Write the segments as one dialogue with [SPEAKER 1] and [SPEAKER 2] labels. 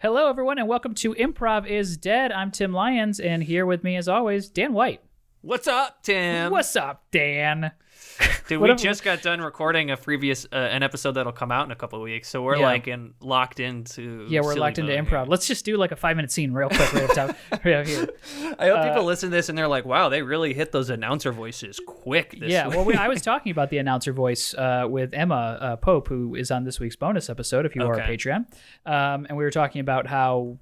[SPEAKER 1] Hello, everyone, and welcome to Improv is Dead. I'm Tim Lyons, and here with me, as always, Dan White.
[SPEAKER 2] What's up, Tim?
[SPEAKER 1] What's up, Dan?
[SPEAKER 2] Dude,
[SPEAKER 1] what
[SPEAKER 2] we
[SPEAKER 1] if-
[SPEAKER 2] just got done recording a previous uh, an episode that'll come out in a couple of weeks, so we're
[SPEAKER 1] Yeah.
[SPEAKER 2] like in locked into
[SPEAKER 1] Yeah, we're
[SPEAKER 2] silly
[SPEAKER 1] locked into
[SPEAKER 2] mode
[SPEAKER 1] improv. Let's just do like a five minute scene real quick right up top. Right up here.
[SPEAKER 2] here. I hope
[SPEAKER 1] Uh,
[SPEAKER 2] people listen to this and they're like, "Wow, they really hit those announcer voices quick." This
[SPEAKER 1] yeah,
[SPEAKER 2] week."
[SPEAKER 1] well, we, I was talking about the announcer voice uh, with Emma uh, Pope, who is on this week's bonus episode. If you are a
[SPEAKER 2] Okay.
[SPEAKER 1] Patreon, um, and we were talking about how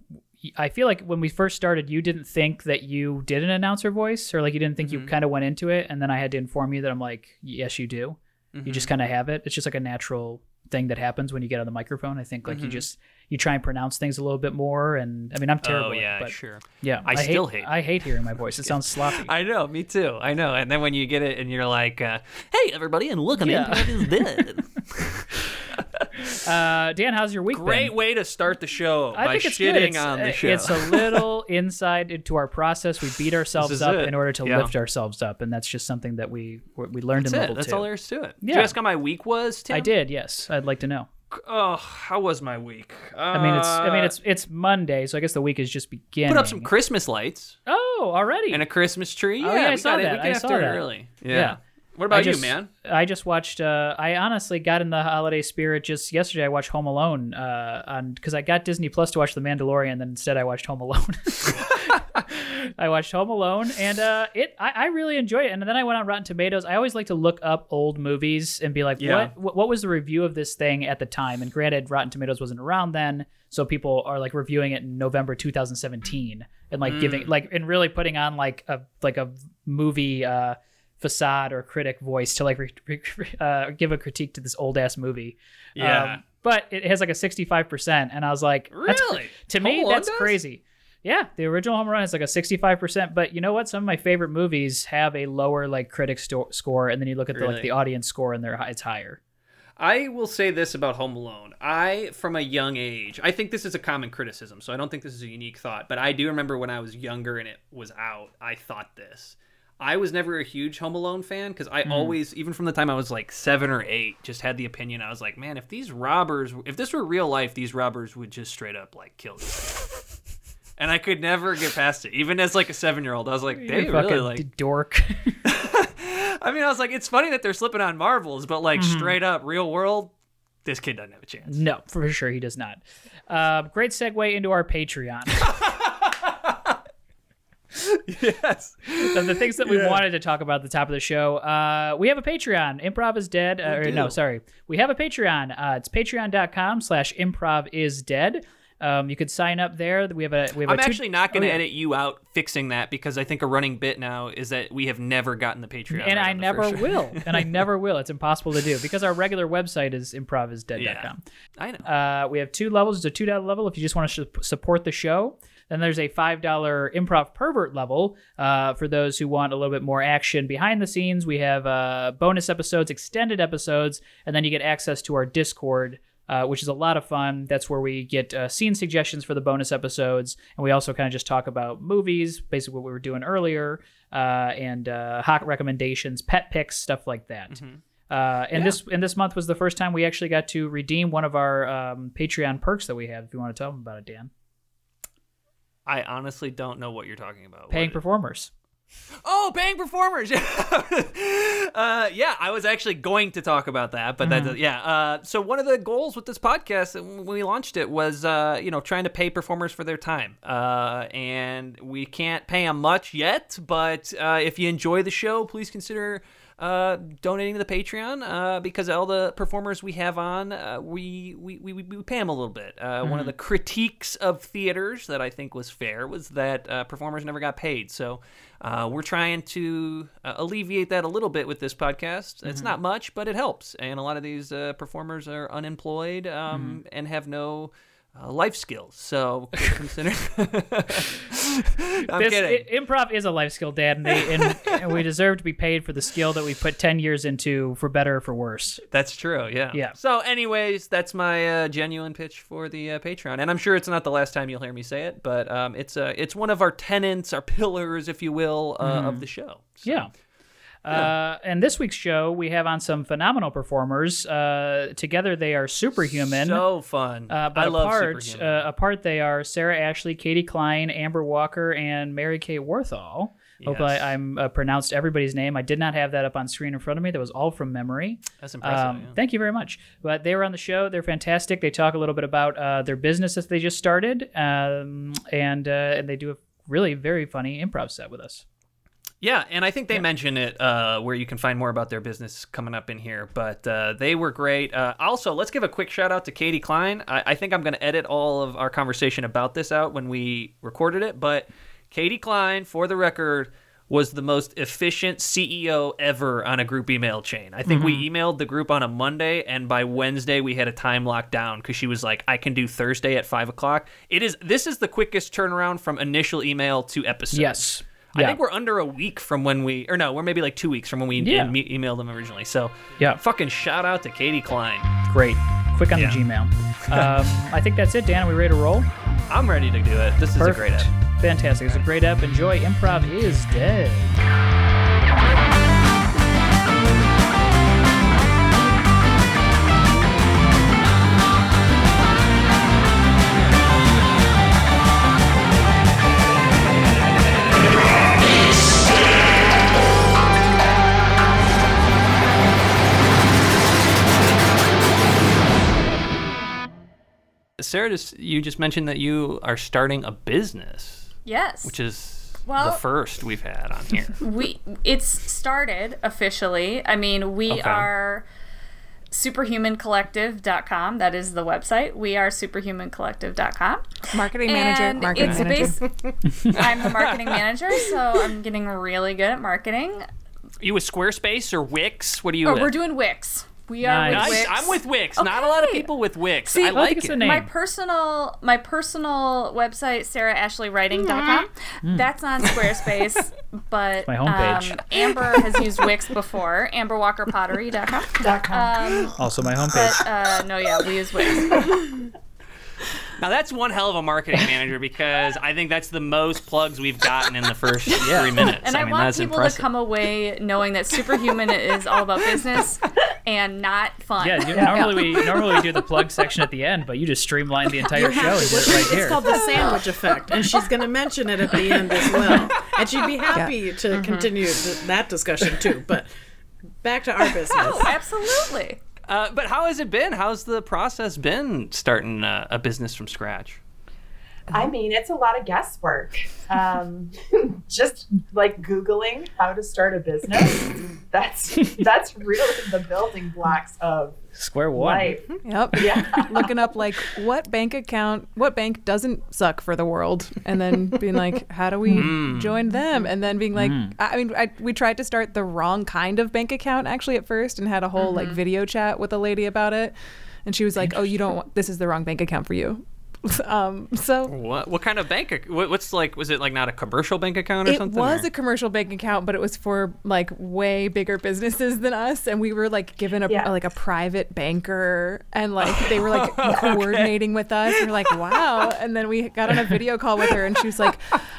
[SPEAKER 1] I feel like when we first started, you didn't think that you did an announcer voice, or like you didn't think
[SPEAKER 2] Mm-hmm.
[SPEAKER 1] you kind of went into it, and then I had to inform you that I'm like, yes, you do. You
[SPEAKER 2] Mm-hmm.
[SPEAKER 1] just kind of have it. It's just like a natural thing that happens when you get on the microphone. I think like you just you try and pronounce things a little bit more, and I mean I'm terrible.
[SPEAKER 2] Mm-hmm. oh
[SPEAKER 1] at it,
[SPEAKER 2] yeah,
[SPEAKER 1] but
[SPEAKER 2] sure.
[SPEAKER 1] yeah,
[SPEAKER 2] I still hate-
[SPEAKER 1] I hate hearing my voice. It sounds sloppy.
[SPEAKER 2] I know, me too. I know. And then when you get it, and you're like, uh, "Hey, everybody, and look, I'm
[SPEAKER 1] Yeah.
[SPEAKER 2] improv is dead."
[SPEAKER 1] Uh, Dan, how's your week? been?
[SPEAKER 2] Great way to start the show
[SPEAKER 1] I
[SPEAKER 2] by
[SPEAKER 1] think it's
[SPEAKER 2] shitting
[SPEAKER 1] good. It's,
[SPEAKER 2] on the
[SPEAKER 1] uh,
[SPEAKER 2] show.
[SPEAKER 1] It's a little inside into our process. We beat ourselves
[SPEAKER 2] is
[SPEAKER 1] up
[SPEAKER 2] it.
[SPEAKER 1] in order to
[SPEAKER 2] Yeah.
[SPEAKER 1] lift ourselves up, and that's just something that we we learned in
[SPEAKER 2] That's it.
[SPEAKER 1] level
[SPEAKER 2] That's
[SPEAKER 1] two.
[SPEAKER 2] all there is to it. Did
[SPEAKER 1] Yeah.
[SPEAKER 2] you ask how my week was, Tim?
[SPEAKER 1] I did, yes. I'd like to know.
[SPEAKER 2] Oh, how was my week? Uh,
[SPEAKER 1] I mean, it's I mean, it's it's Monday, so I guess the week is just beginning.
[SPEAKER 2] put up some Christmas lights
[SPEAKER 1] oh, already.
[SPEAKER 2] and a Christmas tree.
[SPEAKER 1] Oh, yeah, I
[SPEAKER 2] we
[SPEAKER 1] saw
[SPEAKER 2] got it.
[SPEAKER 1] that.
[SPEAKER 2] We got
[SPEAKER 1] I
[SPEAKER 2] after
[SPEAKER 1] saw
[SPEAKER 2] it
[SPEAKER 1] that.
[SPEAKER 2] early. Yeah.
[SPEAKER 1] Yeah.
[SPEAKER 2] What
[SPEAKER 1] I
[SPEAKER 2] about
[SPEAKER 1] just,
[SPEAKER 2] you, man?
[SPEAKER 1] I just watched. Uh, I honestly got in the holiday spirit just yesterday. I watched Home Alone uh, on because I got Disney Plus to watch The Mandalorian, and then instead I watched Home Alone. I watched Home Alone, and uh, it I, I really enjoyed it. And then I went on Rotten Tomatoes. I always like to look up old movies and be like,
[SPEAKER 2] Yeah.
[SPEAKER 1] what what what was the review of this thing at the time? And granted, Rotten Tomatoes wasn't around then, so people are like reviewing it in November 2017 and
[SPEAKER 2] Mm.
[SPEAKER 1] like giving like and really putting on like a like a movie uh, facade or critic voice to like re- re- uh, give a critique to this old ass movie. Um,
[SPEAKER 2] Yeah.
[SPEAKER 1] but it has like a 65%, and I was like, that's cr-
[SPEAKER 2] Really?
[SPEAKER 1] to me,
[SPEAKER 2] Home Alone
[SPEAKER 1] that's
[SPEAKER 2] does?
[SPEAKER 1] crazy. Yeah, the original Home Run is like a 65%, but you know what? Some of my favorite movies have a lower like critic sto- score and then you look at the, like
[SPEAKER 2] Really?
[SPEAKER 1] the audience score and they're hi- it's higher.
[SPEAKER 2] I will say this about Home Alone. I, from a young age, I think this is a common criticism, so I don't think this is a unique thought, but I do remember when I was younger and it was out, I thought this. I was never a huge Home Alone fan because
[SPEAKER 1] Hmm.
[SPEAKER 2] I always, even from the time I was like seven or eight, just had the opinion I was like, man, if these robbers, if this were real life, these robbers would just straight up like kill you. and I could never get past it. Even as like a seven year old, I was like, they
[SPEAKER 1] You
[SPEAKER 2] really
[SPEAKER 1] fucking
[SPEAKER 2] like
[SPEAKER 1] d- dork.
[SPEAKER 2] I mean, I was like, it's funny that they're slipping on marbles, but like
[SPEAKER 1] Mm-hmm.
[SPEAKER 2] straight up real world, this kid doesn't have a chance.
[SPEAKER 1] no, for sure he does not. Uh, great segue into our Patreon.
[SPEAKER 2] yes.
[SPEAKER 1] the, the things that we wanted to talk about at the top of the show. Uh, we have a Patreon. Improv is dead. Uh, or, no,
[SPEAKER 2] do.
[SPEAKER 1] sorry. We have a Patreon. Uh, it's patreon.com slash improv is dead. Um, you could sign up there. We have a we have
[SPEAKER 2] I'm
[SPEAKER 1] a two-
[SPEAKER 2] actually not going
[SPEAKER 1] Oh,
[SPEAKER 2] to
[SPEAKER 1] yeah.
[SPEAKER 2] edit you out fixing that because I think a running bit now is that we have never gotten the Patreon. right
[SPEAKER 1] and I
[SPEAKER 2] on the
[SPEAKER 1] never
[SPEAKER 2] first-
[SPEAKER 1] will. And I never will. It's impossible to do because our regular website is improvisdead.com.
[SPEAKER 2] I know.
[SPEAKER 1] Uh, we have two levels. There's a two dollar level if you just want to su- support the show. Then there's a five dollar improv pervert level uh, for those who want a little bit more action behind the scenes. We have uh, bonus episodes, extended episodes, and then you get access to our Discord. Uh, which is a lot of fun. That's where we get uh, scene suggestions for the bonus episodes, and we also kind of just talk about movies, basically what we were doing earlier, uh, and uh, hot recommendations, pet picks, stuff like that. Uh, and this and this month was the first time we actually got to redeem one of our um, Patreon perks that we have. If you want to tell them about it, Dan,
[SPEAKER 2] I honestly don't know what you're talking about.
[SPEAKER 1] paying
[SPEAKER 2] What-
[SPEAKER 1] performers.
[SPEAKER 2] Oh, paying performers. uh, yeah, I was actually going to talk about that, but that yeah. Uh, so one of the goals with this podcast uh, when we launched it was uh, you know trying to pay performers for their time, uh, and we can't pay them much yet. But uh, if you enjoy the show, please consider. Uh, donating to the Patreon uh, because all the performers we have on, uh, we, we, we, we pay them a little bit. Uh, One of the critiques of theaters that I think was fair was that uh, performers never got paid. So uh, we're trying to uh, alleviate that a little bit with this podcast. It's not much, but it helps. And a lot of these uh, performers are unemployed um, and have no. Uh, life skills, so consider. I'm
[SPEAKER 1] This
[SPEAKER 2] kidding.
[SPEAKER 1] i- improv is a life skill, Dan, and, they, and, and we deserve to be paid for the skill that we put ten years into, for better or for worse.
[SPEAKER 2] That's true. Yeah.
[SPEAKER 1] Yeah.
[SPEAKER 2] So, anyways, that's my uh, genuine pitch for the uh, Patreon, and I'm sure it's not the last time you'll hear me say it, but um, it's uh, it's one of our tenants, our pillars, if you will, uh, of the show.
[SPEAKER 1] Mm-hmm.
[SPEAKER 2] So-
[SPEAKER 1] Yeah. Uh, and this week's show, we have on some phenomenal performers. Uh, together, they are superhuman.
[SPEAKER 2] So fun.
[SPEAKER 1] uh, but
[SPEAKER 2] I love
[SPEAKER 1] apart,
[SPEAKER 2] Superhuman.
[SPEAKER 1] uh, apart, they are Sarah Ashley, Katie Klein, Amber Walker, and Mary Kay Warthall. Hopefully,
[SPEAKER 2] Yes.
[SPEAKER 1] I, I'm uh, pronounced everybody's name. I did not have that up on screen in front of me. That was all from memory.
[SPEAKER 2] That's impressive.
[SPEAKER 1] Um,
[SPEAKER 2] yeah.
[SPEAKER 1] Thank you very much. But they were on the show. They're fantastic. They talk a little bit about uh, their business that they just started, um, and uh, and they do a really very funny improv set with us.
[SPEAKER 2] Yeah, and I think they mention it uh, where you can find more about their business coming up in here. But uh, they were great. Uh, also, let's give a quick shout out to Katie Klein. I, I think I'm going to edit all of our conversation about this out when we recorded it. But Katie Klein, for the record, was the most efficient CEO ever on a group email chain. I think we emailed the group on a Monday, and by Wednesday we had a time locked down because she was like, "I can do Thursday at five o'clock." It is this is the quickest turnaround from initial email to episode.
[SPEAKER 1] Yes.
[SPEAKER 2] I
[SPEAKER 1] Yeah.
[SPEAKER 2] think we're under a week from when we, or no, we're maybe like two weeks from when we
[SPEAKER 1] Yeah.
[SPEAKER 2] em- emailed them originally. So,
[SPEAKER 1] Yeah.
[SPEAKER 2] fucking shout out to Katie Klein.
[SPEAKER 1] Great. Quick on
[SPEAKER 2] Yeah.
[SPEAKER 1] the Gmail. Um, I think that's it, Dan. Are we ready to roll?
[SPEAKER 2] I'm ready to do it. This is a great app.
[SPEAKER 1] Fantastic. It's a great app. Enjoy. Improv is dead.
[SPEAKER 2] Sarah, just, you just mentioned that you are starting a business,
[SPEAKER 3] Yes.
[SPEAKER 2] which is
[SPEAKER 3] Well-
[SPEAKER 2] the first we've had on here.
[SPEAKER 3] we it's started officially. I mean, we
[SPEAKER 2] Okay.
[SPEAKER 3] are superhumancollective.com. That is the website. We are superhumancollective.com.
[SPEAKER 4] Marketing
[SPEAKER 3] and
[SPEAKER 4] manager. Marketing
[SPEAKER 3] it's
[SPEAKER 4] manager.
[SPEAKER 3] bas- I'm the marketing manager, so I'm getting really good at marketing.
[SPEAKER 2] you with Squarespace or Wix? What are you
[SPEAKER 3] Oh,
[SPEAKER 2] with?
[SPEAKER 3] we're doing Wix. We are
[SPEAKER 1] Nice.
[SPEAKER 2] Nice.
[SPEAKER 3] with Wix.
[SPEAKER 2] I'm with Wix. Not a lot of
[SPEAKER 3] Okay.
[SPEAKER 2] people with Wix.
[SPEAKER 3] See,
[SPEAKER 2] I
[SPEAKER 3] I
[SPEAKER 1] I
[SPEAKER 2] like
[SPEAKER 1] think it's a
[SPEAKER 2] it.
[SPEAKER 1] name.
[SPEAKER 3] my personal my personal website sarahashleyWriting.com that's on squarespace but
[SPEAKER 1] my homepage.
[SPEAKER 3] um, amber has used wix before amberwalkerpottery.com um,
[SPEAKER 1] Also, my homepage.
[SPEAKER 3] but uh, no yeah we use wix
[SPEAKER 2] Now that's one hell of a marketing manager because I think that's the most plugs we've gotten in the first three minutes.
[SPEAKER 3] and i,
[SPEAKER 2] mean,
[SPEAKER 3] want
[SPEAKER 2] that's
[SPEAKER 3] people
[SPEAKER 2] impressive.
[SPEAKER 3] to come away knowing that superhuman is all about business and not fun
[SPEAKER 1] Yeah, you, normally we normally we do the plug section at the end, but you just streamlined the entire show and did it right
[SPEAKER 5] It's
[SPEAKER 1] here.
[SPEAKER 5] called the sandwich effect, and she's going to mention it at the end as well. And she'd be happy to continue th- that discussion too. But back to our business.
[SPEAKER 3] Oh, absolutely
[SPEAKER 2] Uh, but how has it been? How's the process been starting uh, a business from scratch?
[SPEAKER 6] I mean, it's a lot of guesswork. Um, just like Googling how to start a business. That's that's really the building blocks of
[SPEAKER 1] Square one.
[SPEAKER 6] life.
[SPEAKER 4] Yep.
[SPEAKER 6] Yeah.
[SPEAKER 4] Looking up like what bank account, what bank doesn't suck for the world, and then being like, how do we join them? And then being like, I I mean, I, we tried to start the wrong kind of bank account actually at first, and had a whole
[SPEAKER 3] Mm-hmm.
[SPEAKER 4] like video chat with a lady about it, and she was like, oh, you don't want this is the wrong bank account for you. um, so
[SPEAKER 2] What what kind of bank? ac- What, what's like? Was it like not a commercial bank account or
[SPEAKER 4] it
[SPEAKER 2] something?
[SPEAKER 4] was
[SPEAKER 2] or-
[SPEAKER 4] a commercial bank account, but it was for like way bigger businesses than us, and we were like given a
[SPEAKER 6] Yeah.
[SPEAKER 4] like a private banker, and like they were like coordinating with us. And we're like, wow. And then we got on a video call with her, and she was like,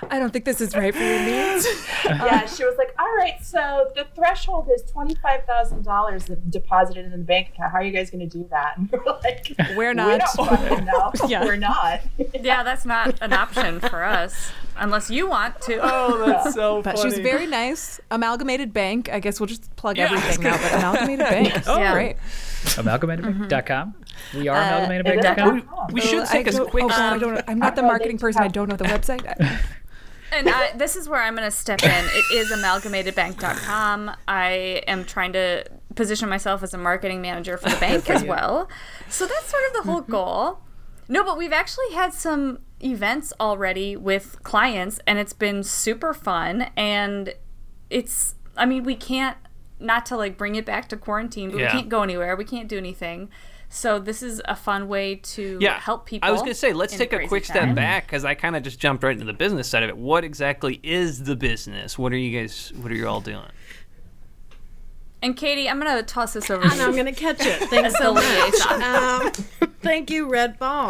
[SPEAKER 4] I don't think this is right for your needs.
[SPEAKER 6] yeah, she was like, "All right, so the threshold is twenty five thousand dollars deposited in the bank account. How are you guys going to do that?" And we're like,
[SPEAKER 4] We're
[SPEAKER 6] "We
[SPEAKER 4] not.
[SPEAKER 6] don't fucking know.
[SPEAKER 4] Yeah.
[SPEAKER 6] We're not."
[SPEAKER 3] yeah that's not an option for us unless you want to
[SPEAKER 2] Oh, that's so
[SPEAKER 4] But she was very nice. Amalgamated Bank. I guess we'll just plug
[SPEAKER 2] Yeah, I was
[SPEAKER 4] everything now. But Amalgamated Bank.
[SPEAKER 3] Oh. Yeah.
[SPEAKER 4] great.
[SPEAKER 1] Amalgamatedbank.com. We are
[SPEAKER 4] Uh,
[SPEAKER 1] amalgamatedbank.com.
[SPEAKER 2] We should
[SPEAKER 4] I
[SPEAKER 2] take a
[SPEAKER 4] don't-
[SPEAKER 2] quick.
[SPEAKER 4] oh, God, I don't know. I'm not the marketing person. I don't know the website. I-
[SPEAKER 3] And I, this is where I'm going to step in. It is amalgamatedbank.com. I am trying to position myself as a marketing manager for the bank as well. So that's sort of the
[SPEAKER 2] Mm-hmm.
[SPEAKER 3] whole goal. No, but we've actually had some events already with clients, and it's been super fun. And it's, I mean, we can't, not to like bring it back to quarantine, but
[SPEAKER 2] Yeah.
[SPEAKER 3] we can't go anywhere. We can't do anything. So this is a fun way to
[SPEAKER 2] yeah,
[SPEAKER 3] help people.
[SPEAKER 2] I was gonna say, let's
[SPEAKER 3] in
[SPEAKER 2] take a
[SPEAKER 3] crazy
[SPEAKER 2] quick step
[SPEAKER 3] times.
[SPEAKER 2] back because I kind of just jumped right into the business side of it. What exactly is the business? What are you guys? What are you all doing?
[SPEAKER 3] And Katie, I'm going to toss this over to
[SPEAKER 5] And I'm
[SPEAKER 3] you.
[SPEAKER 5] going to catch it. Thanks so much. Um, thank you, Red Ball.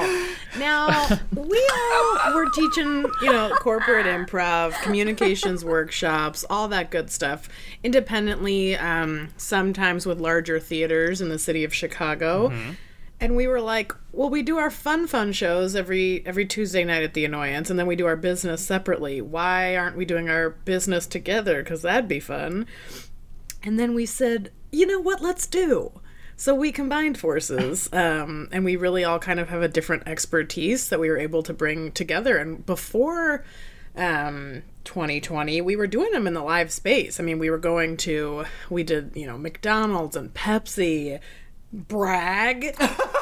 [SPEAKER 5] Now we all
[SPEAKER 7] we're teaching, you know, corporate improv, communications workshops, all that good stuff independently, um, sometimes with larger theaters in the city of Chicago. And we were like, well, we do our fun fun shows every every Tuesday night at the Annoyance, and then we do our business separately. Why aren't we doing our business together? Because that'd be fun. And then we said, you know what, let's do. So we combined forces, um, and we really all kind of have a different expertise that we were able to bring together. And before um, 2020, we were doing them in the live space. I mean, we were going to, we did, you know, McDonald's and Pepsi, brag.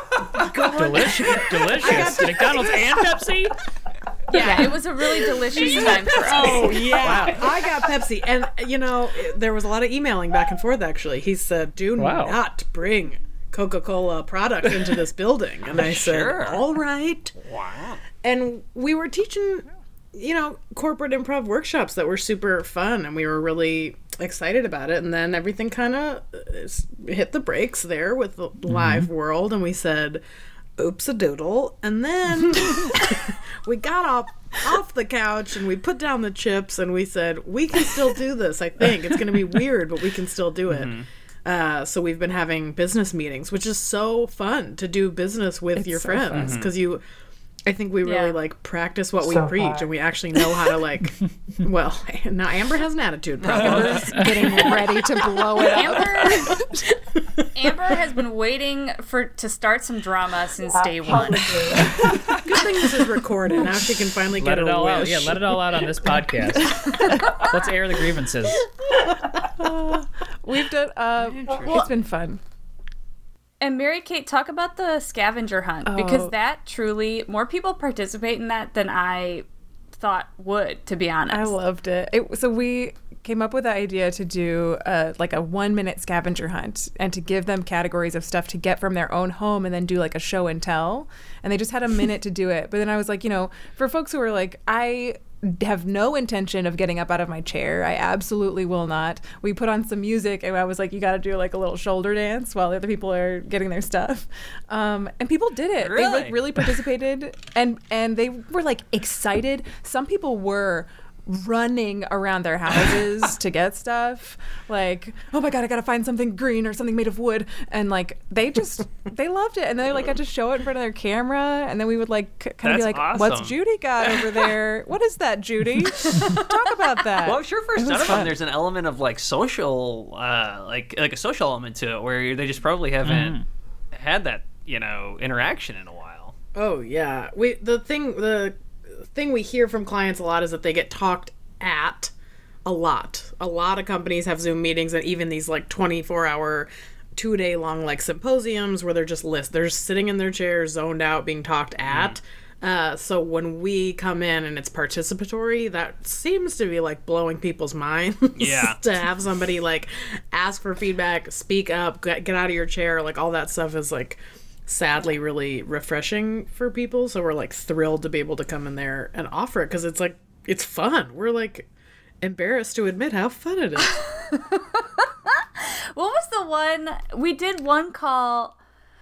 [SPEAKER 1] delicious, delicious. McDonald's and Pepsi.
[SPEAKER 3] Yeah, it was a really delicious time for us.
[SPEAKER 7] Oh yeah, I got Pepsi, and you know there was a lot of emailing back and forth. Actually, he said, "Do
[SPEAKER 1] Wow.
[SPEAKER 7] not bring Coca Cola product into this building," and I
[SPEAKER 2] Sure.
[SPEAKER 7] said, "All right." Wow. And we were teaching, you know, corporate improv workshops that were super fun, and we were really excited about it. And then everything kind of hit the brakes there with the live world, and we said. Oops a doodle, and then we got off off the couch and we put down the chips and we said we can still do this i think it's going to be weird but we can still do it
[SPEAKER 1] Mm-hmm.
[SPEAKER 7] uh, so we've been having business meetings which is so fun to do business with your
[SPEAKER 4] so
[SPEAKER 7] friends because you i think we really
[SPEAKER 3] Yeah.
[SPEAKER 7] like practice what we
[SPEAKER 6] So
[SPEAKER 7] preach
[SPEAKER 6] hard.
[SPEAKER 7] and we actually know how to like well now amber has an attitude problem
[SPEAKER 4] Amber's getting ready to blow it up.
[SPEAKER 3] Amber, Amber has been waiting for to start some drama since day one.
[SPEAKER 6] Probably.
[SPEAKER 7] good thing this is recorded now she can finally
[SPEAKER 1] Let
[SPEAKER 7] get
[SPEAKER 1] it
[SPEAKER 7] her
[SPEAKER 1] all out.
[SPEAKER 7] wish.
[SPEAKER 1] Yeah, let it all out on this podcast. Let's air the grievances.
[SPEAKER 4] We've done. Uh, it's been fun.
[SPEAKER 3] And Mary Kate, talk about the scavenger hunt because
[SPEAKER 4] Oh.
[SPEAKER 3] that truly more people participate in that than I thought would. To be honest,
[SPEAKER 4] I loved it. it. So we came up with the idea to do uh, like a one minute scavenger hunt and to give them categories of stuff to get from their own home and then do like a show and tell. And they just had a minute to do it. But then I was like, you know, for folks who are like, I have no intention of getting up out of my chair. I absolutely will not. We put on some music and I was like, you got to do like a little shoulder dance while the other people are getting their stuff. Um, and people did it. They
[SPEAKER 2] Really?
[SPEAKER 4] like really participated and and they were like excited. Some people were running around their houses to get stuff like oh my god i gotta find something green or something made of wood and like they just they loved it and they like got to show it in front of their camera and then we would like kind of be
[SPEAKER 2] That's
[SPEAKER 4] like
[SPEAKER 2] awesome.
[SPEAKER 4] what's judy got over there what is that judy talk about that
[SPEAKER 2] Well, I'm sure for
[SPEAKER 4] It
[SPEAKER 2] some
[SPEAKER 4] was
[SPEAKER 2] of them,
[SPEAKER 4] fun.
[SPEAKER 2] there's an element of like social, uh, like like a social element to it, where they just probably haven't had that you know interaction in a while.
[SPEAKER 7] Oh yeah. We the thing the thing we hear from clients a lot is that they get talked at a lot. A lot of companies have Zoom meetings and even these like 24-hour two day long like symposiums where they're just list they're just sitting in their chairs zoned out being talked at uh, so when we come in and it's participatory that seems to be like blowing people's minds
[SPEAKER 2] Yeah.
[SPEAKER 7] to have somebody like ask for feedback speak up get, get out of your chair like all that stuff is like sadly really refreshing for people so we're like thrilled to be able to come in there and offer it because it's like it's fun we're like embarrassed to admit how fun it is
[SPEAKER 3] What was the one we did one call?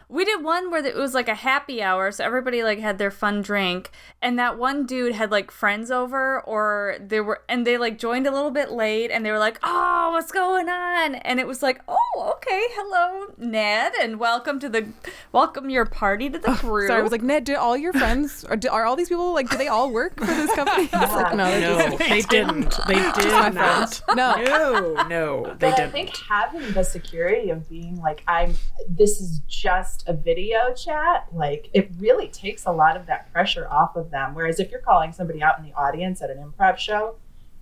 [SPEAKER 3] We did one where it was like a happy hour, so everybody like had their fun drink, and that one dude had like friends over, or they were, and they like joined a little bit late, and they were like, "Oh, what's going on?" And it was like, "Oh, okay, hello, Ned, and welcome to the, welcome your party to the crew."
[SPEAKER 4] Sorry, I was like, Ned, do all your friends, are, do, are all these people, like, do they all work for this company? I was like, no, they're just
[SPEAKER 7] no they didn't they did
[SPEAKER 4] my
[SPEAKER 7] not
[SPEAKER 4] friends. No.
[SPEAKER 7] no no they
[SPEAKER 6] But I
[SPEAKER 7] didn't
[SPEAKER 6] think having the security of being like, I'm, this is just a video chat, like, it really takes a lot of that pressure off of them. Whereas if you're calling somebody out in the audience at an improv show,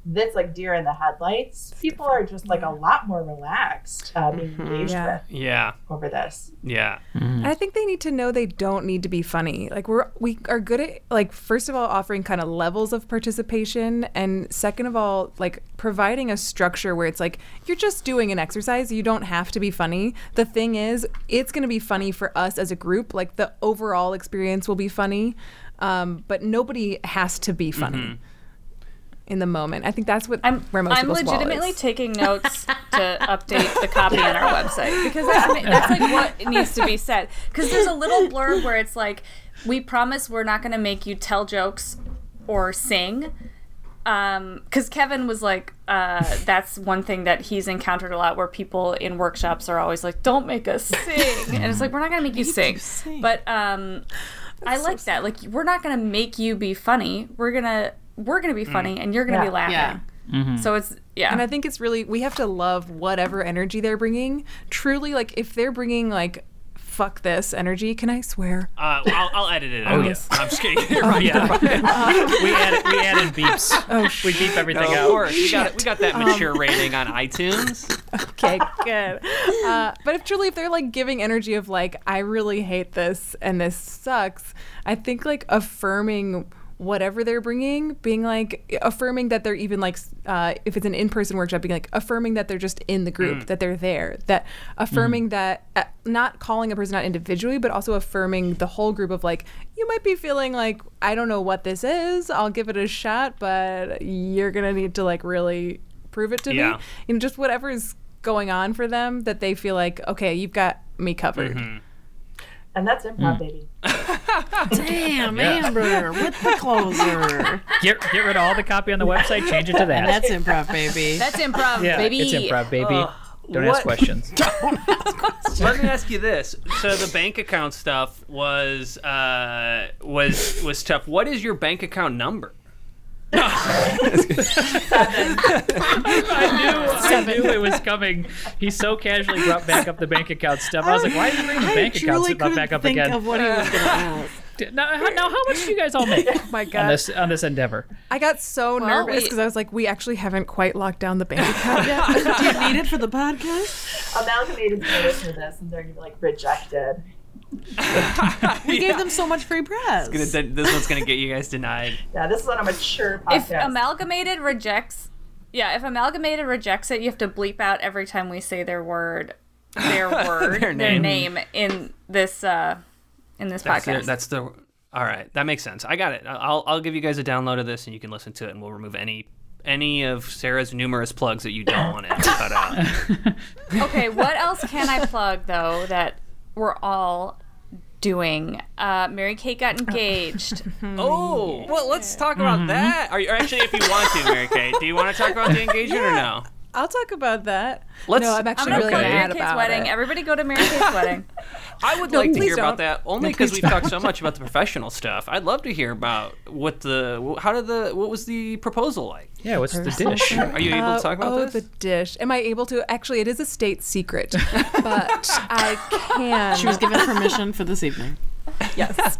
[SPEAKER 6] that's like deer in the headlights. People are just like a lot more relaxed, um,
[SPEAKER 3] Mm-hmm.
[SPEAKER 6] engaged
[SPEAKER 4] Yeah.
[SPEAKER 6] with
[SPEAKER 2] Yeah,
[SPEAKER 6] over this.
[SPEAKER 2] yeah.
[SPEAKER 4] And I think they need to know they don't need to be funny. Like we're we are good at like first of all offering kind of levels of participation and second of all like providing a structure where it's like you're just doing an exercise, you don't have to be funny. The thing is, it's going to be funny for us as a group. Like the overall experience will be funny. Um, but nobody has to be funny. In the moment, I think that's what
[SPEAKER 3] I'm,
[SPEAKER 4] where most
[SPEAKER 3] I'm
[SPEAKER 4] people's wall
[SPEAKER 3] legitimately
[SPEAKER 4] is.
[SPEAKER 3] taking notes to update the copy on our website because that's, ma- that's like what needs to be said. Because there's a little blurb where it's like, "We promise we're not going to make you tell jokes or sing. Um, because Kevin was like, uh, that's one thing that he's encountered a lot where people in workshops are always like, don't make us sing. And it's like, we're not going to make you sing. But, um, I like that. Like, we're not going to make you be funny. We're going to, we're going to be funny and you're going to
[SPEAKER 4] Yeah.
[SPEAKER 3] be laughing.
[SPEAKER 5] Yeah.
[SPEAKER 3] So it's, yeah.
[SPEAKER 4] And I think it's really we have to love whatever energy they're bringing. Truly, like if they're bringing like fuck this energy, can I swear?
[SPEAKER 8] Uh, I'll, I'll edit it. out.
[SPEAKER 1] yes.
[SPEAKER 8] I'm just kidding. You're right.
[SPEAKER 1] we added we added beeps. we beep everything
[SPEAKER 2] Of
[SPEAKER 1] out.
[SPEAKER 2] course, we got we got that
[SPEAKER 8] Um,
[SPEAKER 2] mature rating on iTunes.
[SPEAKER 4] Okay, good. Uh, but if truly, if they're like giving energy of like, I really hate this and this sucks, I think like affirming whatever they're bringing, being like affirming that they're even like, uh, if it's an in person workshop, being like affirming that they're just in the group, that they're there, that affirming that, uh, not calling a person out individually, but also affirming the whole group of like, you might be feeling like, I don't know what this is, I'll give it a shot, but you're gonna need to like really prove it to
[SPEAKER 8] Yeah.
[SPEAKER 4] me you know, just whatever is going on for them that they feel like, okay, you've got me covered.
[SPEAKER 6] And that's
[SPEAKER 3] Mm.
[SPEAKER 6] improv, baby.
[SPEAKER 5] Damn,
[SPEAKER 1] Yeah.
[SPEAKER 5] Amber with the closer.
[SPEAKER 1] Get get rid of all the copy on the website. Change it to that.
[SPEAKER 5] That's improv, baby.
[SPEAKER 3] that's improv,
[SPEAKER 1] yeah,
[SPEAKER 3] baby.
[SPEAKER 1] it's improv, baby. Don't ask
[SPEAKER 2] what-
[SPEAKER 1] questions.
[SPEAKER 8] Let me ask you this: So the bank account stuff was uh, was was tough. What is your bank account number?
[SPEAKER 1] I knew it was coming. He so casually brought back up the bank account stuff. I was like, why is he bringing the
[SPEAKER 5] I
[SPEAKER 1] bank account
[SPEAKER 5] truly
[SPEAKER 1] stuff
[SPEAKER 5] couldn't
[SPEAKER 1] back up
[SPEAKER 5] think
[SPEAKER 1] again?
[SPEAKER 5] of what he was going to ask.
[SPEAKER 1] Now, how, now, how much do you guys all make
[SPEAKER 4] Oh my God.
[SPEAKER 1] on this on this endeavor?
[SPEAKER 4] I got so
[SPEAKER 3] Well, we-
[SPEAKER 4] nervous because I was like, we actually haven't quite locked down the bank account yet.
[SPEAKER 5] Do you need it for the podcast?
[SPEAKER 6] Amalgamated's gonna listen to this and they're gonna be like rejected.
[SPEAKER 5] We gave them so much free press.
[SPEAKER 2] This one's gonna get you guys denied.
[SPEAKER 6] Yeah, this is on a mature
[SPEAKER 3] if
[SPEAKER 6] podcast.
[SPEAKER 3] amalgamated rejects yeah if amalgamated rejects it you have to bleep out every time we say their word their word their,
[SPEAKER 2] name.
[SPEAKER 3] name in this uh in this
[SPEAKER 2] That's the,
[SPEAKER 3] podcast
[SPEAKER 2] that's the. All right, that makes sense. I got it. I'll I'll give you guys a download of this, and you can listen to it, and we'll remove any any of Sarah's numerous plugs that you don't want to cut out.
[SPEAKER 3] okay what else can i plug though that we're all doing uh mary kate got engaged
[SPEAKER 4] Mm.
[SPEAKER 2] Oh, well, let's talk about that. Are you, or actually, if you want to, Mary Kate, do you want to talk about the engagement or no?
[SPEAKER 4] I'll talk about that.
[SPEAKER 2] Let's-
[SPEAKER 4] no, I'm
[SPEAKER 3] i'm
[SPEAKER 4] actually
[SPEAKER 3] gonna
[SPEAKER 4] really
[SPEAKER 3] go to mary
[SPEAKER 4] mad
[SPEAKER 3] kate's
[SPEAKER 4] about
[SPEAKER 3] wedding
[SPEAKER 4] it.
[SPEAKER 3] everybody go to mary kate's wedding
[SPEAKER 2] I would like to
[SPEAKER 4] please
[SPEAKER 2] hear about
[SPEAKER 4] don't.
[SPEAKER 2] that only
[SPEAKER 4] No,
[SPEAKER 2] because
[SPEAKER 4] please
[SPEAKER 2] we've talked so much about the professional stuff. I'd love to hear about what the how did the what was the proposal like?
[SPEAKER 1] Yeah, what's the dish?
[SPEAKER 2] Are you able
[SPEAKER 4] Uh,
[SPEAKER 2] to talk about
[SPEAKER 4] oh,
[SPEAKER 2] this?
[SPEAKER 4] the dish. Am I able to? Actually, it is a state secret, but I can.
[SPEAKER 5] She was given permission for this evening.
[SPEAKER 4] yes.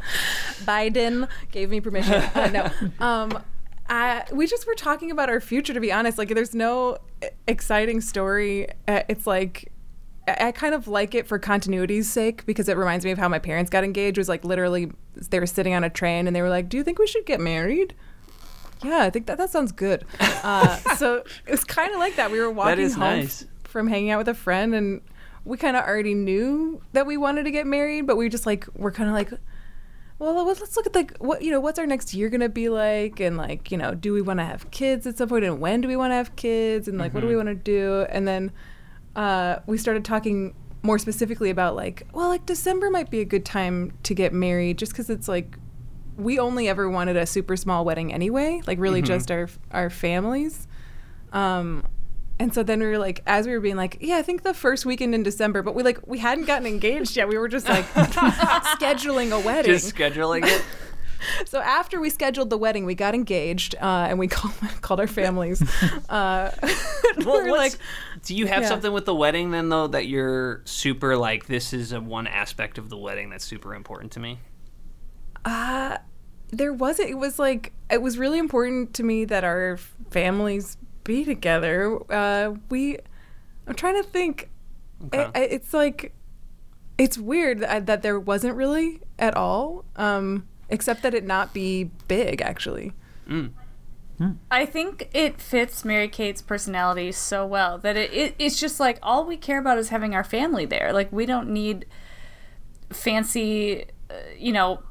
[SPEAKER 4] Biden gave me permission. Uh, no. Um, I, we just were talking about our future, to be honest. Like, there's no e- exciting story. Uh, it's like, I I kind of like it for continuity's sake because it reminds me of how my parents got engaged. Was like literally, they were sitting on a train and they were like, "Do you think we should get married?" Yeah, I think that that sounds good. Uh, so it was kind of like that. We were walking
[SPEAKER 2] is
[SPEAKER 4] home
[SPEAKER 2] nice.
[SPEAKER 4] from hanging out with a friend, and we kind of already knew that we wanted to get married, but we just like we're kind of like, well, let's let's look at like what you know, what's our next year gonna be like, and like you know, do we want to have kids at some point, and when do we want to have kids, and like what do we want to do, and then uh, we started talking more specifically about like, well, like December might be a good time to get married, just because it's like we only ever wanted a super small wedding anyway, like really just our our families. Um, and so then we were like, as we were being like, yeah, I think the first weekend in December, but we like we hadn't gotten engaged yet. We were just like scheduling a wedding.
[SPEAKER 2] Just scheduling it.
[SPEAKER 4] So after we scheduled the wedding, we got engaged uh, and we called called our families. Uh, we
[SPEAKER 2] Well,
[SPEAKER 4] were
[SPEAKER 2] what's-
[SPEAKER 4] like,
[SPEAKER 2] do you have
[SPEAKER 4] yeah.
[SPEAKER 2] something with the wedding then though that you're super like this is a one aspect of the wedding that's super important to me?
[SPEAKER 4] there wasn't. It was like it was really important to me that our families be together. Uh, we, I'm trying to think. I, I, it's like, it's weird that, I- that there wasn't really at all, um, except that it not be big actually.
[SPEAKER 3] I think it fits Mary Kate's personality so well that it, it it's just like all we care about is having our family there. Like we don't need fancy, uh, you know,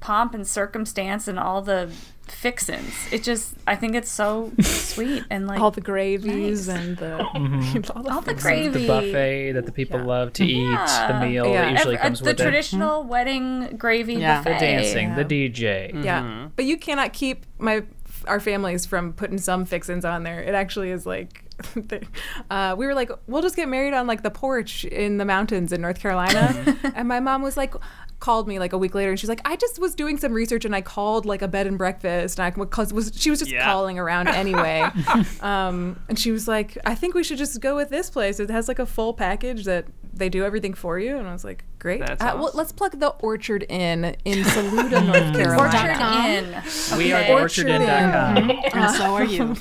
[SPEAKER 3] pomp and circumstance and all the fixins. It just, I think it's so sweet and like
[SPEAKER 4] all the gravies and the all the,
[SPEAKER 3] all the
[SPEAKER 1] the
[SPEAKER 3] gravy.
[SPEAKER 1] buffet that the people love to eat, the meal that
[SPEAKER 4] Yeah.
[SPEAKER 1] usually
[SPEAKER 3] Ev- uh,
[SPEAKER 1] comes
[SPEAKER 3] the
[SPEAKER 1] with it, Hmm?
[SPEAKER 3] traditional wedding gravy
[SPEAKER 5] Yeah. The
[SPEAKER 3] buffet.
[SPEAKER 1] dancing, the DJ.
[SPEAKER 4] Yeah,
[SPEAKER 8] Mm-hmm.
[SPEAKER 4] but you cannot keep my our families from putting some fixins on there. It actually is like. they- Uh, we were like, we'll just get married on like the porch in the mountains in North Carolina,
[SPEAKER 8] Mm-hmm.
[SPEAKER 4] and my mom was like, called me like a week later, and she's like, I just was doing some research and I called like a bed and breakfast, and I cause was she was just
[SPEAKER 8] Yeah.
[SPEAKER 4] calling around anyway, um, and she was like, I think we should just go with this place. It has like a full package that they do everything for you, and I was like, great.
[SPEAKER 8] That's
[SPEAKER 4] Uh, well,
[SPEAKER 8] awesome.
[SPEAKER 4] let's plug the Orchard Inn in Saluda, North Carolina.
[SPEAKER 3] Orchard Inn.
[SPEAKER 1] We are
[SPEAKER 3] Okay.
[SPEAKER 1] orchardin.com
[SPEAKER 5] And so are you.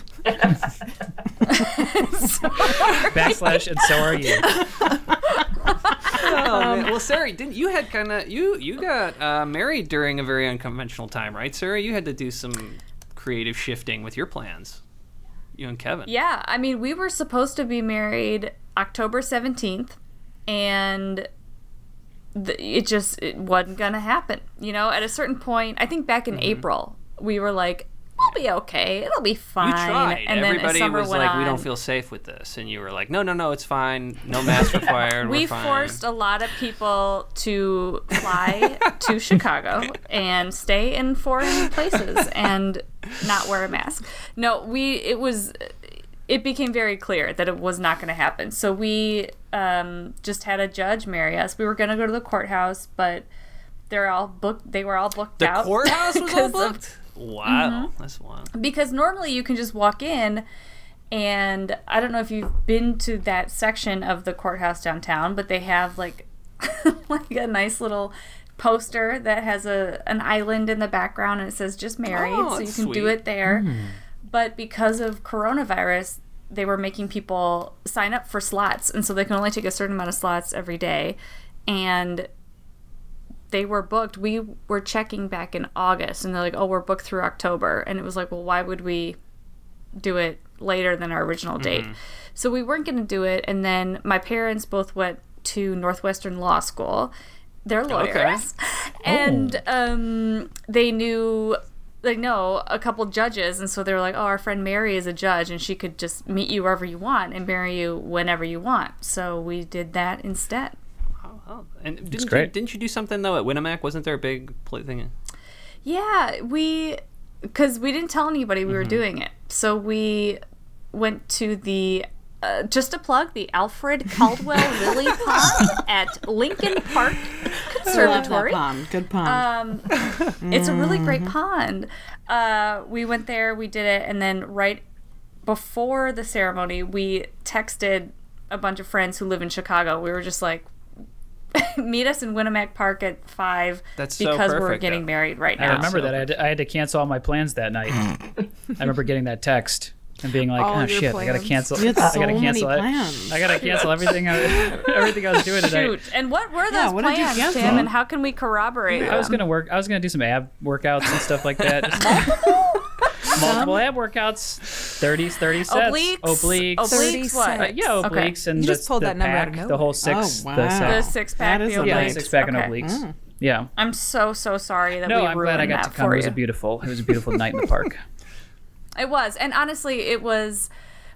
[SPEAKER 1] backslash and so are you.
[SPEAKER 2] Oh,
[SPEAKER 3] Um,
[SPEAKER 2] man. Well, Sarah, didn't you had kind of you you got uh, married during a very unconventional time, right, Sarah? You had to do some creative shifting with your plans, you and Kevin.
[SPEAKER 3] Yeah, I mean, we were supposed to be married October 17th, and the, it just it wasn't going to happen. You know, at a certain point, I think back in
[SPEAKER 2] Mm-hmm.
[SPEAKER 3] April, we were like, we'll be okay. It'll be fine.
[SPEAKER 2] You tried.
[SPEAKER 3] And then as
[SPEAKER 2] Everybody
[SPEAKER 3] summer
[SPEAKER 2] was
[SPEAKER 3] went
[SPEAKER 2] like, "We
[SPEAKER 3] on,
[SPEAKER 2] don't feel safe with this," and you were like, "No, no, no, it's fine. No mask required.
[SPEAKER 3] we
[SPEAKER 2] we're fine."
[SPEAKER 3] forced a lot of people to fly to Chicago and stay in foreign places and not wear a mask. No, we it was it became very clear that it was not going to happen. So we um, just had a judge marry us. We were going to go to the courthouse, but they're all booked. They were all booked
[SPEAKER 2] The
[SPEAKER 3] out.
[SPEAKER 2] courthouse was all
[SPEAKER 3] 'cause of-
[SPEAKER 2] booked. Wow,
[SPEAKER 3] Mm-hmm.
[SPEAKER 2] that's wild.
[SPEAKER 3] because normally you can just walk in and I don't know if you've been to that section of the courthouse downtown, but they have like like a nice little poster that has a an island in the background and it says just married,
[SPEAKER 2] Oh,
[SPEAKER 3] so you
[SPEAKER 2] that's
[SPEAKER 3] can do
[SPEAKER 2] sweet. Hmm.
[SPEAKER 3] it there. But because of coronavirus, they were making people sign up for slots and so they can only take a certain amount of slots every day and they were booked. We were checking back in August, and they're like, "Oh, we're booked through October." And it was like, "Well, why would we do it later than our original date?" So we weren't going to do it. And then my parents both went to Northwestern Law School. They're lawyers, and um, they knew they know a couple judges, and so they were like, "Oh, our friend Mary is a judge, and she could just meet you wherever you want and marry you whenever you want." So we did that instead.
[SPEAKER 2] Oh, wow. and didn't you,
[SPEAKER 1] great.
[SPEAKER 2] didn't you do something though at Winnemac? Wasn't there a big play thing?
[SPEAKER 3] Yeah, we because we didn't tell anybody we were
[SPEAKER 2] Mm-hmm.
[SPEAKER 3] doing it, so we went to the. Uh, just to plug the Alfred Caldwell Lily Pond at Lincoln Park Conservatory.
[SPEAKER 5] Pond. Good pond.
[SPEAKER 3] Um, it's a really great
[SPEAKER 2] Mm-hmm.
[SPEAKER 3] pond. Uh, we went there, we did it, and then right before the ceremony, we texted a bunch of friends who live in Chicago. We were just like, meet us in Winnemac Park at five
[SPEAKER 2] That's so
[SPEAKER 3] because we're
[SPEAKER 2] perfect,
[SPEAKER 3] getting
[SPEAKER 2] though.
[SPEAKER 3] married right
[SPEAKER 1] I
[SPEAKER 3] now.
[SPEAKER 1] remember that I had, to, I had to cancel all my plans that night. I
[SPEAKER 5] Mm.
[SPEAKER 1] remember getting that text and being like,
[SPEAKER 4] All
[SPEAKER 1] "Oh
[SPEAKER 4] your
[SPEAKER 1] shit, I gotta
[SPEAKER 4] plans.
[SPEAKER 1] cancel.
[SPEAKER 5] You had
[SPEAKER 1] I
[SPEAKER 5] so
[SPEAKER 1] gotta
[SPEAKER 5] many
[SPEAKER 1] cancel it.
[SPEAKER 5] plans.
[SPEAKER 1] I gotta cancel everything. I, everything I was doing today.
[SPEAKER 3] Shoot. And what were those
[SPEAKER 5] Yeah, what did you
[SPEAKER 3] plans,
[SPEAKER 5] cancel?
[SPEAKER 3] Tim? And how can we corroborate?
[SPEAKER 1] I was
[SPEAKER 3] them?
[SPEAKER 1] gonna work. I was gonna do some ab workouts and stuff like that. Just multiple ab workouts, 30s, 30 sets,
[SPEAKER 3] Obliques.
[SPEAKER 1] obliques.
[SPEAKER 4] Thirty
[SPEAKER 3] Obliques. What?
[SPEAKER 1] Uh,
[SPEAKER 4] sets.
[SPEAKER 1] yeah,
[SPEAKER 3] Okay.
[SPEAKER 1] obliques and
[SPEAKER 4] You
[SPEAKER 1] the,
[SPEAKER 4] just pulled
[SPEAKER 1] the
[SPEAKER 4] that number out of
[SPEAKER 1] pack, the
[SPEAKER 4] nowhere.
[SPEAKER 1] whole six.
[SPEAKER 5] Oh,
[SPEAKER 1] the
[SPEAKER 5] wow.
[SPEAKER 3] The
[SPEAKER 1] set.
[SPEAKER 3] six pack.
[SPEAKER 5] That is
[SPEAKER 3] the
[SPEAKER 5] a
[SPEAKER 1] yeah,
[SPEAKER 3] obliques.
[SPEAKER 1] six pack and
[SPEAKER 3] Okay.
[SPEAKER 1] obliques. Yeah.
[SPEAKER 3] I'm so so sorry that
[SPEAKER 1] No,
[SPEAKER 3] we
[SPEAKER 1] I'm
[SPEAKER 3] ruined
[SPEAKER 1] glad I got
[SPEAKER 3] that
[SPEAKER 1] to come.
[SPEAKER 3] for
[SPEAKER 1] It was a
[SPEAKER 3] you.
[SPEAKER 1] beautiful. It was a beautiful night in the park.
[SPEAKER 3] It was, and honestly, it was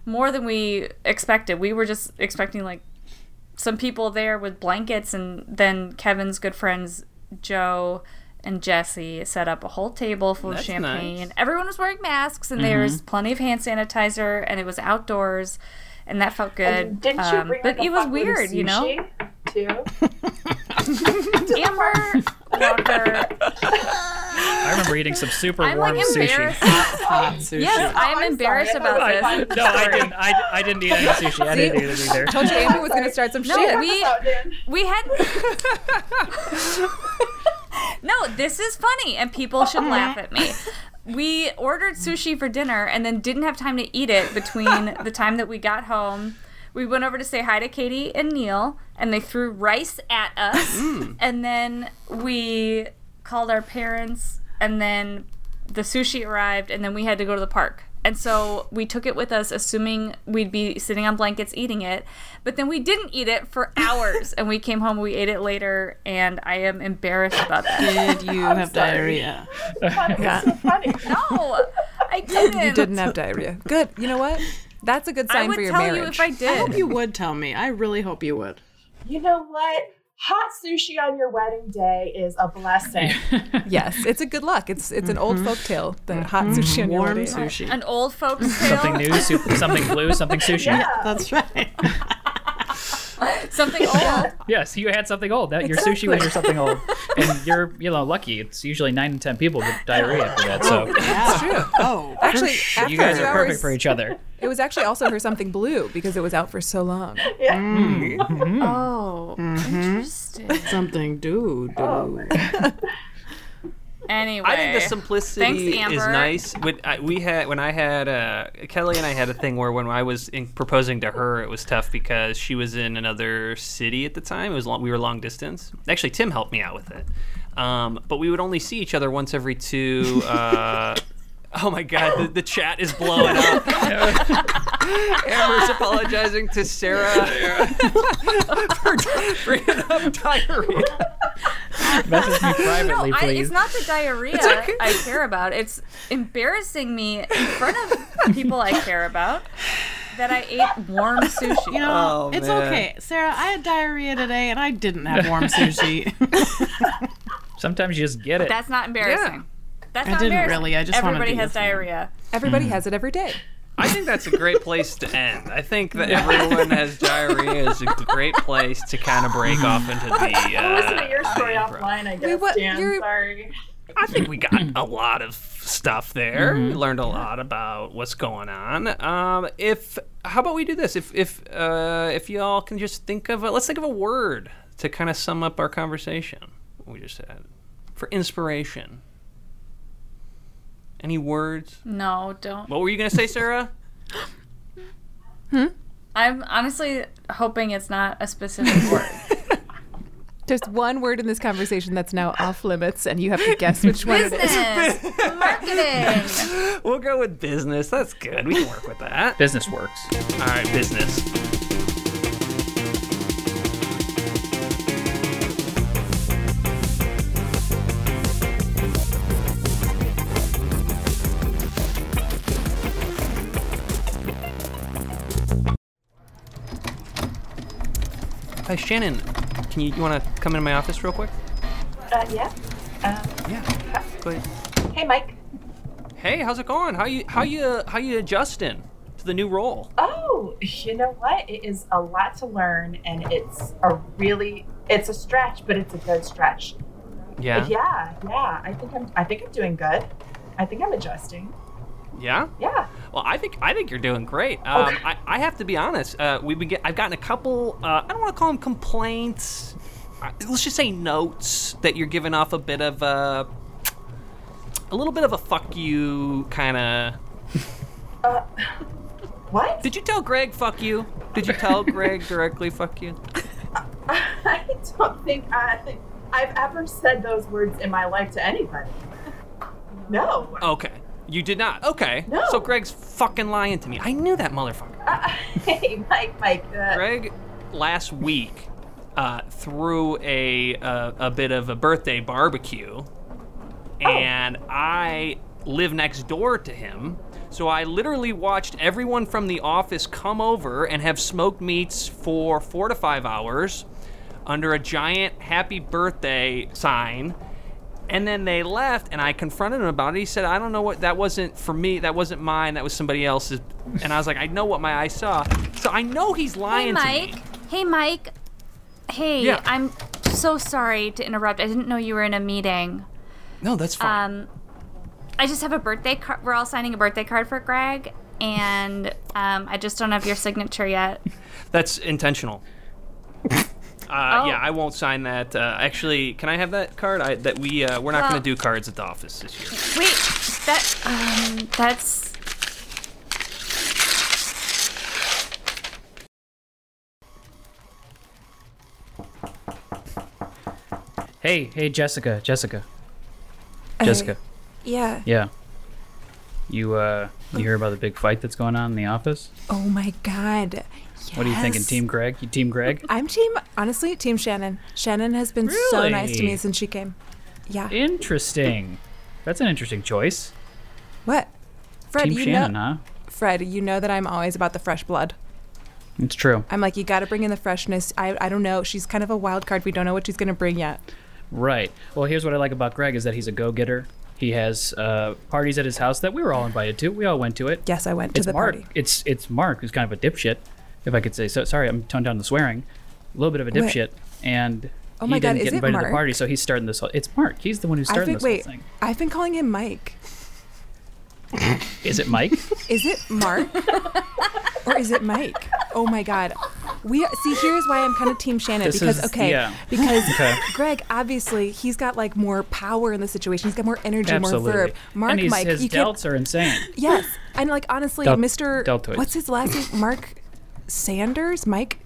[SPEAKER 3] more than we expected. We were just expecting like some people there with blankets, and then Kevin's good friends Joe and Jesse set up a whole table full of champagne.
[SPEAKER 2] nice.
[SPEAKER 3] Everyone was wearing masks, and there
[SPEAKER 1] Mm-hmm.
[SPEAKER 3] was plenty of hand sanitizer, and it was outdoors, and that felt good.
[SPEAKER 6] Didn't you
[SPEAKER 3] Um,
[SPEAKER 6] bring
[SPEAKER 3] but
[SPEAKER 6] like, a
[SPEAKER 3] it was
[SPEAKER 6] fuckload of
[SPEAKER 3] weird, you know.
[SPEAKER 6] sushi, Too.
[SPEAKER 3] Amber Walker,
[SPEAKER 1] I remember eating some super
[SPEAKER 3] I'm
[SPEAKER 1] warm
[SPEAKER 3] like
[SPEAKER 1] sushi.
[SPEAKER 3] embarrassed. Yes, I'm,
[SPEAKER 6] sorry.
[SPEAKER 3] embarrassed
[SPEAKER 6] I
[SPEAKER 3] about
[SPEAKER 6] thought-
[SPEAKER 3] this.
[SPEAKER 6] I
[SPEAKER 1] No, I didn't. I, I didn't eat any sushi. I didn't eat it either.
[SPEAKER 4] Told you Amber was going to start some shit.
[SPEAKER 3] we-
[SPEAKER 6] So, Dan,
[SPEAKER 3] We had No, this is funny and people should laugh at me. We ordered sushi for dinner and then didn't have time to eat it between the time that we got home. We went over to say hi to Katie and Neil and they threw rice at us. And then we called our parents and then the sushi arrived and then we had to go to the park. And so we took it with us, assuming we'd be sitting on blankets eating it. But then we didn't eat it for hours, and we came home. We ate it later, and I am embarrassed about that.
[SPEAKER 5] Did you have diarrhea?
[SPEAKER 6] thought it was so funny.
[SPEAKER 3] No, I didn't.
[SPEAKER 4] You didn't have diarrhea. Good. You know what? That's a good
[SPEAKER 3] I
[SPEAKER 4] sign
[SPEAKER 3] would
[SPEAKER 4] for your
[SPEAKER 3] tell
[SPEAKER 4] marriage.
[SPEAKER 3] you if I
[SPEAKER 5] I hope
[SPEAKER 3] did.
[SPEAKER 5] you would tell me. I really hope you would.
[SPEAKER 6] You know what? Hot sushi on your wedding day is a blessing.
[SPEAKER 4] Yes, it's a good luck. It's it's an old folk tale. The hot Mm-hmm. sushi on your
[SPEAKER 5] Warm
[SPEAKER 4] wedding.
[SPEAKER 5] sushi.
[SPEAKER 3] An old folks tale.
[SPEAKER 1] Something new, su- something blue, something sushi.
[SPEAKER 5] That's right.
[SPEAKER 3] Something old.
[SPEAKER 1] Yes, you had something old. That your sushi was your something old, and you're you know lucky. It's usually nine to ten people with diarrhea for that. So
[SPEAKER 5] That's true. Oh,
[SPEAKER 4] Actually, after
[SPEAKER 1] you guys
[SPEAKER 4] two
[SPEAKER 1] are
[SPEAKER 4] hours,
[SPEAKER 1] perfect for each other.
[SPEAKER 4] it was actually also her something blue because it was out for so long.
[SPEAKER 3] Oh,
[SPEAKER 5] Mm-hmm.
[SPEAKER 3] interesting.
[SPEAKER 5] something, dude.
[SPEAKER 3] Anyway,
[SPEAKER 2] I think the simplicity
[SPEAKER 3] Thanks,
[SPEAKER 2] is
[SPEAKER 3] Amber.
[SPEAKER 2] nice. When I, we had, when I had uh, Kelly and I had a thing where when I was in, proposing to her, it was tough because she was in another city at the time. It was long, we were long distance. Actually, Tim helped me out with it, um, but we would only see each other once every two. Uh, Oh my God! The, the chat is blowing up. Amber's apologizing to Sarah for bringing up diarrhea.
[SPEAKER 1] Message me privately,
[SPEAKER 3] I,
[SPEAKER 1] please.
[SPEAKER 3] it's not the diarrhea I care about. It's embarrassing me in front of people I care about that I ate warm sushi.
[SPEAKER 5] You know,
[SPEAKER 2] Oh,
[SPEAKER 5] it's
[SPEAKER 2] man.
[SPEAKER 5] okay, Sarah. I had diarrhea today, and I didn't have warm sushi.
[SPEAKER 1] Sometimes you just get it.
[SPEAKER 3] That's not embarrassing. That's
[SPEAKER 5] I
[SPEAKER 3] not
[SPEAKER 5] didn't
[SPEAKER 3] embarrassing.
[SPEAKER 5] really, I just wanted
[SPEAKER 3] everybody
[SPEAKER 5] to
[SPEAKER 3] has
[SPEAKER 5] be different.
[SPEAKER 3] diarrhea.
[SPEAKER 4] Everybody has it every day.
[SPEAKER 2] I think that's a great place to end. I think that everyone has diarrhea is a great place to kind of break off into the. Uh,
[SPEAKER 6] Listen to your story
[SPEAKER 2] the improv.
[SPEAKER 6] offline, I guess.
[SPEAKER 4] what-
[SPEAKER 6] Dan,
[SPEAKER 4] you're-
[SPEAKER 6] sorry.
[SPEAKER 2] I think we got a lot of stuff there. We learned a lot about what's going on. Um, if how about we do this? If if uh, if y'all can just think of a, let's think of a word to kind of sum up our conversation we just had for inspiration. Any words?
[SPEAKER 3] No, don't.
[SPEAKER 2] What were you gonna say, Sarah?
[SPEAKER 3] I'm honestly hoping it's not a specific word.
[SPEAKER 4] There's one word in this conversation that's now off limits, and you have to guess which one it is.
[SPEAKER 3] Business, marketing.
[SPEAKER 2] we'll go with business. That's good. We can work with that.
[SPEAKER 1] Business works.
[SPEAKER 2] All right, business. Hi, Shannon. Can you, you want to come into my office real quick?
[SPEAKER 6] Uh, yeah. Um,
[SPEAKER 2] Yeah. Go ahead.
[SPEAKER 6] hey, Mike.
[SPEAKER 2] Hey, how's it going? How you how you how you adjusting to the new role?
[SPEAKER 6] Oh, you know what? It is a lot to learn, and it's a really it's a stretch, but it's a good stretch.
[SPEAKER 2] Yeah.
[SPEAKER 6] Yeah, yeah. I think I'm I think I'm doing good. I think I'm adjusting.
[SPEAKER 2] Yeah.
[SPEAKER 6] Yeah.
[SPEAKER 2] Well, I think I think you're doing great. Um, I, I have to be honest. Uh, we've been get, I've gotten a couple. Uh, I don't want to call them complaints. Uh, Let's just say notes that you're giving off a bit of a, a little bit of a fuck you kind of.
[SPEAKER 6] What?
[SPEAKER 2] Did you tell Greg fuck you? Did you tell Greg directly fuck you?
[SPEAKER 6] I don't think I I've ever said those words in my life to anybody. No.
[SPEAKER 2] Okay, you did not. Okay,
[SPEAKER 6] No.
[SPEAKER 2] so Greg's fucking lying to me. I knew that motherfucker.
[SPEAKER 6] Uh, hey, Mike, Mike. Uh,
[SPEAKER 2] Greg last week uh, threw a, uh, a a bit of a birthday barbecue, and I live next door to him, so I literally watched everyone from the office come over and have smoked meats for four to five hours under a giant happy birthday sign. And then they left, and I confronted him about it. He said, "I don't know what that wasn't for me. That wasn't mine. That was somebody else's." And I was like, "I know what my eyes saw." So I know he's
[SPEAKER 3] Hey,
[SPEAKER 2] lying
[SPEAKER 3] Mike.
[SPEAKER 2] to me.
[SPEAKER 3] Hey, Mike. Hey,
[SPEAKER 2] Yeah.
[SPEAKER 3] I'm so sorry to interrupt. I didn't know you were in a meeting.
[SPEAKER 2] No, that's fine.
[SPEAKER 3] Um, I just have a birthday card. We're all signing a birthday card for Greg, and um, I just don't have your signature yet.
[SPEAKER 2] that's intentional. Uh, Yeah,
[SPEAKER 4] Oh.
[SPEAKER 2] I won't sign that. Uh, actually, can I have that card? I, that we uh, we're not
[SPEAKER 3] Well-
[SPEAKER 2] going to do cards at the office this year.
[SPEAKER 3] Wait, that um, that's
[SPEAKER 1] Hey, hey, Jessica, Jessica, Jessica.
[SPEAKER 4] Yeah.
[SPEAKER 1] Yeah. You uh, you hear about the big fight that's going on in the office?
[SPEAKER 4] Oh my god.
[SPEAKER 1] What are you thinking,
[SPEAKER 4] Yes.
[SPEAKER 1] Team Greg? You Team Greg?
[SPEAKER 4] I'm team honestly team Shannon. Shannon has been so
[SPEAKER 1] Really?
[SPEAKER 4] nice to me since she came. Yeah.
[SPEAKER 1] Interesting. That's an interesting choice.
[SPEAKER 4] what? Fred,
[SPEAKER 1] Team
[SPEAKER 4] you
[SPEAKER 1] Shannon,
[SPEAKER 4] know
[SPEAKER 1] huh?
[SPEAKER 4] Fred, you know that I'm always about the fresh blood.
[SPEAKER 1] It's true.
[SPEAKER 4] I'm like, you got to bring in the freshness. I, I don't know. She's kind of a wild card. We don't know what she's going to bring yet.
[SPEAKER 1] Right. Well, here's what I like about Greg is that he's a go-getter. He has uh, parties at his house that we were all invited to. We all went to it.
[SPEAKER 4] Yes, I went to
[SPEAKER 1] it's
[SPEAKER 4] the
[SPEAKER 1] Mark.
[SPEAKER 4] party.
[SPEAKER 1] It's it's Mark who's kind of a dipshit, if I could say so. Sorry, I'm toned down the swearing. A little bit of a
[SPEAKER 4] Wait.
[SPEAKER 1] dipshit, and
[SPEAKER 4] Oh
[SPEAKER 1] he
[SPEAKER 4] my God,
[SPEAKER 1] didn't
[SPEAKER 4] is
[SPEAKER 1] get
[SPEAKER 4] it
[SPEAKER 1] invited to
[SPEAKER 4] Mark?
[SPEAKER 1] the party, so he's starting this whole. It's Mark. He's the one who's
[SPEAKER 4] I
[SPEAKER 1] starting
[SPEAKER 4] think
[SPEAKER 1] this
[SPEAKER 4] wait.
[SPEAKER 1] whole thing.
[SPEAKER 4] I've been calling him Mike.
[SPEAKER 1] Is it Mike?
[SPEAKER 4] Is it Mark or is it Mike? Oh my God. We see. Here's why I'm kind of team Shannon
[SPEAKER 1] This
[SPEAKER 4] because
[SPEAKER 1] is-
[SPEAKER 4] okay,
[SPEAKER 1] yeah.
[SPEAKER 4] because
[SPEAKER 1] Okay.
[SPEAKER 4] Greg obviously he's got like more power in the situation. He's got more energy,
[SPEAKER 1] Absolutely.
[SPEAKER 4] more verb. Mark,
[SPEAKER 1] and he's,
[SPEAKER 4] Mike,
[SPEAKER 1] his
[SPEAKER 4] you can't.
[SPEAKER 1] delts are insane.
[SPEAKER 4] Yes, and like honestly,
[SPEAKER 1] Del-
[SPEAKER 4] Mr.
[SPEAKER 1] deltoids.
[SPEAKER 4] What's his last name? Mark Sanders. Mike.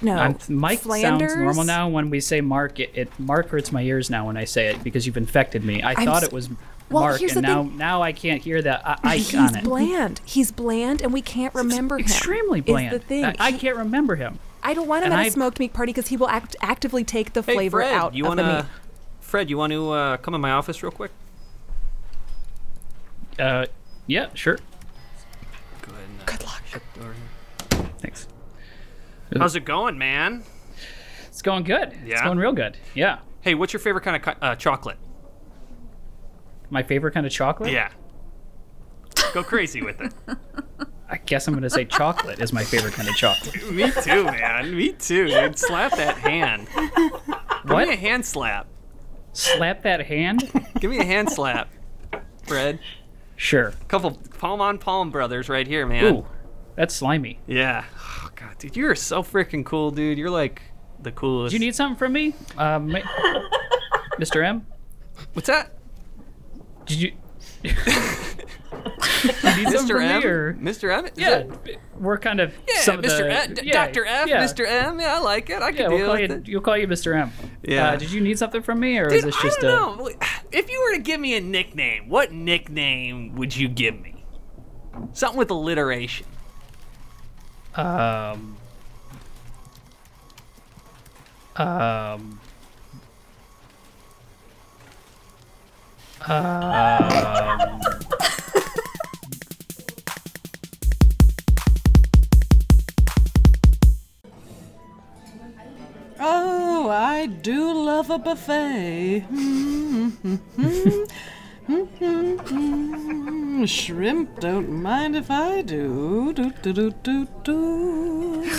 [SPEAKER 4] No.
[SPEAKER 1] I'm, Mike
[SPEAKER 4] Flanders.
[SPEAKER 1] sounds normal now. When we say Mark, it, it Mark hurts my ears now when I say it because you've infected me. I
[SPEAKER 4] I'm
[SPEAKER 1] thought
[SPEAKER 4] s-
[SPEAKER 1] it was
[SPEAKER 4] Well,
[SPEAKER 1] Mark,
[SPEAKER 4] here's
[SPEAKER 1] and
[SPEAKER 4] the
[SPEAKER 1] now
[SPEAKER 4] thing.
[SPEAKER 1] now I can't hear that I- ike
[SPEAKER 4] He's
[SPEAKER 1] on it.
[SPEAKER 4] bland. He's bland, and we can't remember him.
[SPEAKER 1] Extremely
[SPEAKER 4] is
[SPEAKER 1] bland.
[SPEAKER 4] the thing.
[SPEAKER 1] I, I
[SPEAKER 4] He-
[SPEAKER 1] can't remember him.
[SPEAKER 4] I don't want him
[SPEAKER 1] And
[SPEAKER 4] at a
[SPEAKER 1] I've-
[SPEAKER 4] smoked meat party because he will act- actively take the
[SPEAKER 2] Hey,
[SPEAKER 4] flavor
[SPEAKER 2] Fred,
[SPEAKER 4] out
[SPEAKER 2] you
[SPEAKER 4] of
[SPEAKER 2] wanna,
[SPEAKER 4] the meat.
[SPEAKER 2] Fred, you want to uh, come in my office real quick?
[SPEAKER 1] Uh, yeah, sure.
[SPEAKER 2] Go ahead and, uh,
[SPEAKER 4] Good luck.
[SPEAKER 2] shut the door here.
[SPEAKER 1] Thanks.
[SPEAKER 2] How's it going, man?
[SPEAKER 1] It's going good. It's
[SPEAKER 2] Yeah?
[SPEAKER 1] going real good. Yeah.
[SPEAKER 2] Hey, what's your favorite kind of co- uh, chocolate?
[SPEAKER 1] My favorite kind of chocolate.
[SPEAKER 2] Yeah. Go crazy with it.
[SPEAKER 1] I guess I'm gonna say chocolate is my favorite kind of chocolate.
[SPEAKER 2] Me too, man. Me too. Dude. Slap that hand. Give me a
[SPEAKER 1] What?
[SPEAKER 2] hand slap.
[SPEAKER 1] Slap that hand?
[SPEAKER 2] Give me a hand slap, Fred.
[SPEAKER 1] Sure.
[SPEAKER 2] Couple palm on palm brothers right here, man.
[SPEAKER 1] Ooh, that's slimy.
[SPEAKER 2] Yeah. Oh, God, dude, you're so freaking cool, dude. You're like the coolest.
[SPEAKER 1] Do you need something from me, um, Mr. M?
[SPEAKER 2] what's that?
[SPEAKER 1] Did you? Did you need something
[SPEAKER 2] Mr.
[SPEAKER 1] from me,
[SPEAKER 2] M.
[SPEAKER 1] or-
[SPEAKER 2] Mr. M. Is
[SPEAKER 1] Yeah,
[SPEAKER 2] it-
[SPEAKER 1] we're kind of
[SPEAKER 2] Yeah,
[SPEAKER 1] some of
[SPEAKER 2] Mr.
[SPEAKER 1] the-
[SPEAKER 2] F, D-
[SPEAKER 1] yeah,
[SPEAKER 2] Dr. F,
[SPEAKER 1] yeah.
[SPEAKER 2] Mr. M. Yeah, I like it. I
[SPEAKER 1] Yeah,
[SPEAKER 2] can
[SPEAKER 1] we'll
[SPEAKER 2] deal
[SPEAKER 1] call
[SPEAKER 2] with
[SPEAKER 1] you.
[SPEAKER 2] it.
[SPEAKER 1] You'll call you Mr. M.
[SPEAKER 2] Yeah.
[SPEAKER 1] Uh, did you need something from me, or is
[SPEAKER 2] Dude,
[SPEAKER 1] this just
[SPEAKER 2] I don't
[SPEAKER 1] a?
[SPEAKER 2] know. If you were to give me a nickname, what nickname would you give me? Something with alliteration.
[SPEAKER 1] Um. Um. um,
[SPEAKER 5] Oh, I do love a buffet. Shrimp, don't mind if I do. do, do, do, do, do.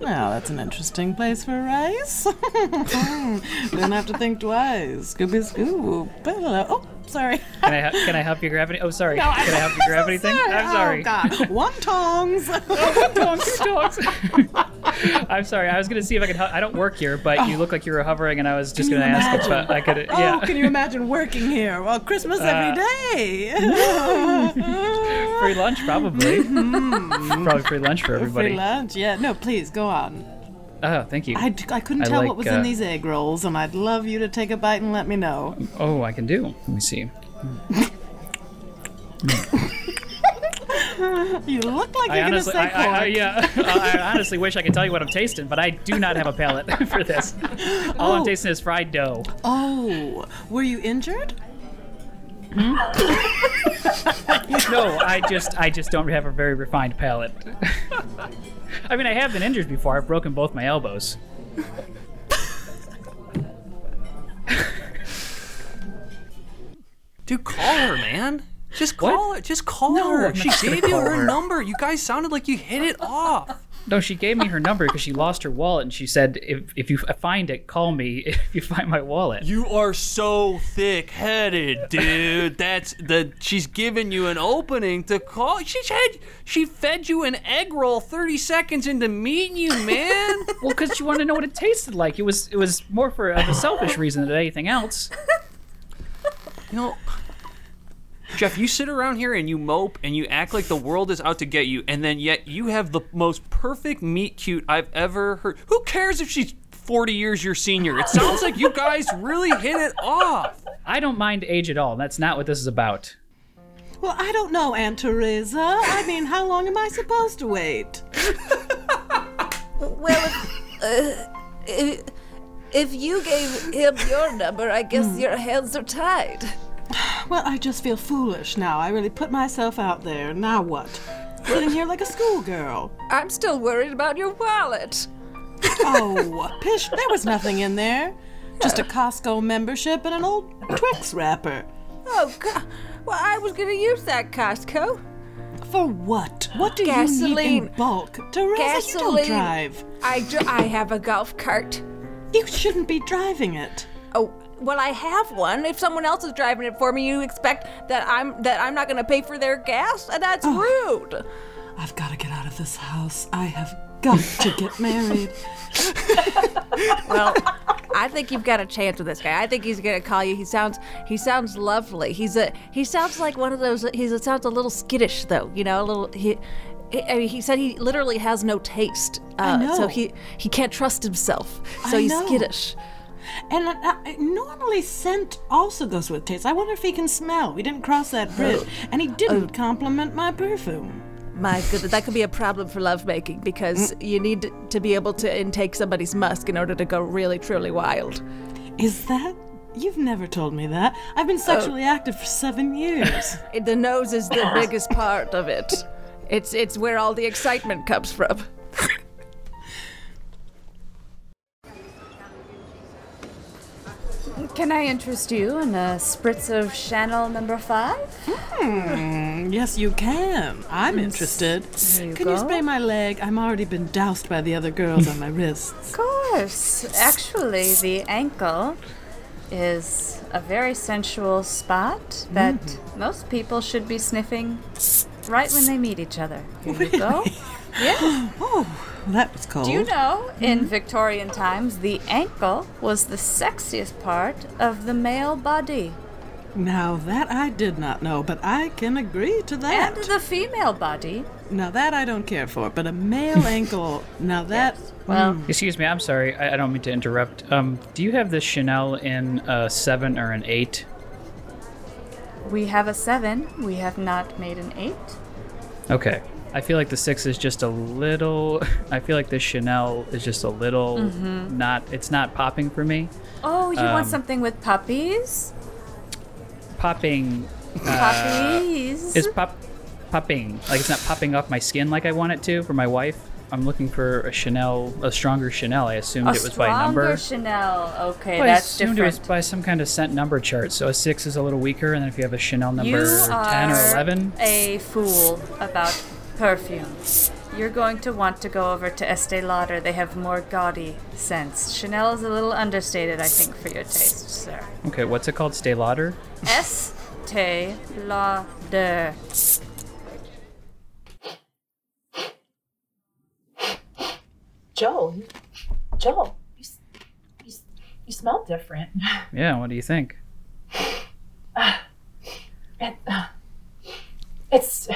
[SPEAKER 5] Now that's an interesting place for rice. don't have to think twice. Scooby Scoop. Hello. Oh, sorry.
[SPEAKER 1] can I ha- can I help you grab any? Oh, sorry. can I help you grab anything? I'm sorry.
[SPEAKER 5] Oh, God. Wontongs.
[SPEAKER 1] Dogs, dogs. I'm sorry. I was gonna see if I could. Hu- I don't work here, but
[SPEAKER 2] Oh.
[SPEAKER 1] you look like you were hovering, and I was just gonna ask if uh, I could. Yeah. Uh,
[SPEAKER 5] Oh, can you imagine working here? Well, Christmas every day.
[SPEAKER 1] free lunch, probably. probably free lunch for
[SPEAKER 5] Mm-hmm. Free
[SPEAKER 1] everybody.
[SPEAKER 5] lunch? Yeah. No, please go on.
[SPEAKER 1] Oh, thank you.
[SPEAKER 5] I, d- I couldn't
[SPEAKER 1] I
[SPEAKER 5] tell
[SPEAKER 1] like,
[SPEAKER 5] what was
[SPEAKER 1] uh,
[SPEAKER 5] in these egg rolls, and I'd love you to take a bite and let me know.
[SPEAKER 1] Oh, I can do. Let me see.
[SPEAKER 5] You look like
[SPEAKER 1] I
[SPEAKER 5] you're
[SPEAKER 1] honestly,
[SPEAKER 5] gonna
[SPEAKER 1] I,
[SPEAKER 5] say
[SPEAKER 1] I, I,
[SPEAKER 5] cork.
[SPEAKER 1] yeah, I honestly wish I could tell you what I'm tasting, but I do not have a palate for this. All I'm
[SPEAKER 5] Oh.
[SPEAKER 1] tasting is fried dough.
[SPEAKER 5] Oh, were you injured? Oh.
[SPEAKER 1] No, I just, I just don't have a very refined palate. I mean, I have been injured before. I've broken both my elbows.
[SPEAKER 2] Dude, call her, man. Just call her. Just call her. She gave you her number. You guys sounded like you hit it off.
[SPEAKER 1] No, she gave me her number because she lost her wallet, and she said, "If if you find it, call me. If you find my wallet."
[SPEAKER 2] You are so thick-headed, dude. That's the. She's giving you an opening to call. She had. She fed you an egg roll 30 seconds into meeting you, man.
[SPEAKER 1] Well, because you wanted to know what it tasted like. It was it was more for of a selfish reason than anything else.
[SPEAKER 2] You know, Jeff, you sit around here and you mope and you act like the world is out to get you, and then yet you have the most perfect meet cute I've ever heard. Who cares if she's 40 years your senior? It sounds like you guys really hit it off.
[SPEAKER 1] I don't mind age at all. That's not what this is about.
[SPEAKER 7] Well, I don't know, Aunt Teresa. I mean, how long am I supposed to wait?
[SPEAKER 4] Well, if, uh, if, if you gave him your number, I guess your hands are tied.
[SPEAKER 7] Well, I just feel foolish now. I really put myself out there. Now what? Sitting here like a schoolgirl.
[SPEAKER 4] I'm still worried about your wallet.
[SPEAKER 7] Oh, pish, there was nothing in there. Just a Costco membership and an old Twix wrapper.
[SPEAKER 4] Oh, God. Well, I was going to use that Costco.
[SPEAKER 7] For what? What do you need
[SPEAKER 4] Gasoline.
[SPEAKER 7] in bulk? Teresa, you
[SPEAKER 4] Gasoline.
[SPEAKER 7] don't drive.
[SPEAKER 4] I, dr- I have a golf cart.
[SPEAKER 7] You shouldn't be driving it.
[SPEAKER 4] Oh, well, I have one. If someone else is driving it for me, you expect that I'm that I'm not going to pay for their gas? Uh, That's rude.
[SPEAKER 7] I've got to get out of this house. I have got to get married.
[SPEAKER 4] Well, I think you've got a chance with this guy. I think he's going to call you. He sounds he sounds lovely. He's a he sounds like one of those. He sounds a little skittish though. You know, a little he. he- I mean, he said he literally has no taste, uh,
[SPEAKER 7] know.
[SPEAKER 4] so he he can't trust himself. So
[SPEAKER 7] I
[SPEAKER 4] he's
[SPEAKER 7] know.
[SPEAKER 4] skittish.
[SPEAKER 7] And uh, uh, normally scent also goes with taste. I wonder if he can smell. We didn't cross that bridge. And he didn't compliment my perfume.
[SPEAKER 4] My goodness, that could be a problem for lovemaking because
[SPEAKER 7] Mm.
[SPEAKER 4] you need to be able to intake somebody's musk in order to go really truly wild.
[SPEAKER 7] Is that? You've never told me that. I've been sexually active for seven years.
[SPEAKER 4] It- The nose is the biggest part of it. It's it's where all the excitement comes from.
[SPEAKER 3] Can I interest you in a spritz of Chanel number five?
[SPEAKER 7] yes, you can. I'm interested.
[SPEAKER 3] you
[SPEAKER 7] can
[SPEAKER 3] go.
[SPEAKER 7] you spray my leg? I'm already been doused by the other girls on my wrists.
[SPEAKER 3] Of course. Actually, the ankle is a very sensual spot that
[SPEAKER 1] Mm-hmm.
[SPEAKER 3] most people should be sniffing right when they meet each other. Here you go. Yeah.
[SPEAKER 7] Well, that was cold.
[SPEAKER 3] Do
[SPEAKER 1] Oh.
[SPEAKER 3] you know, in
[SPEAKER 1] Mm-hmm.
[SPEAKER 3] Victorian times, the ankle was the sexiest part of the male body
[SPEAKER 7] Now that I did not know, but I can agree to that.
[SPEAKER 3] and the female body.
[SPEAKER 7] Now that I don't care for, but a male ankle. Now that mm.
[SPEAKER 3] Well,
[SPEAKER 1] Excuse me, I'm sorry. I, I don't mean to interrupt. Um, do you have this Chanel in a seven or an eight?
[SPEAKER 3] we have a seven. We have not made an eight.
[SPEAKER 1] Okay. I feel like the six is just a little. I feel like this Chanel is just a little
[SPEAKER 3] Mm-hmm.
[SPEAKER 1] not. It's not popping for me.
[SPEAKER 3] Oh, you want
[SPEAKER 1] Um,
[SPEAKER 3] something with puppies?
[SPEAKER 1] Popping
[SPEAKER 3] Puppies.
[SPEAKER 1] uh, is pop, popping. Like it's not popping off my skin like I want it to for my wife. I'm looking for a Chanel, a stronger Chanel. I assumed
[SPEAKER 3] A
[SPEAKER 1] it was by number.
[SPEAKER 3] stronger Chanel. Okay,
[SPEAKER 1] Well, I
[SPEAKER 3] that's
[SPEAKER 1] assumed it was
[SPEAKER 3] different.
[SPEAKER 1] by some kind of scent number chart. So a six is a little weaker, and then if you have a Chanel number
[SPEAKER 3] you
[SPEAKER 1] ten or
[SPEAKER 3] are
[SPEAKER 1] eleven,
[SPEAKER 3] a fool about perfumes. You're going to want to go over to Estee Lauder. They have more gaudy scents. Chanel is a little understated, I think, for your taste, sir.
[SPEAKER 1] okay, what's it called? Stay Lauder.
[SPEAKER 3] Estee Lauder.
[SPEAKER 6] Joel, you- Joel, you, s- you, s- you smell different.
[SPEAKER 1] Yeah. What do you think?
[SPEAKER 6] It, it's,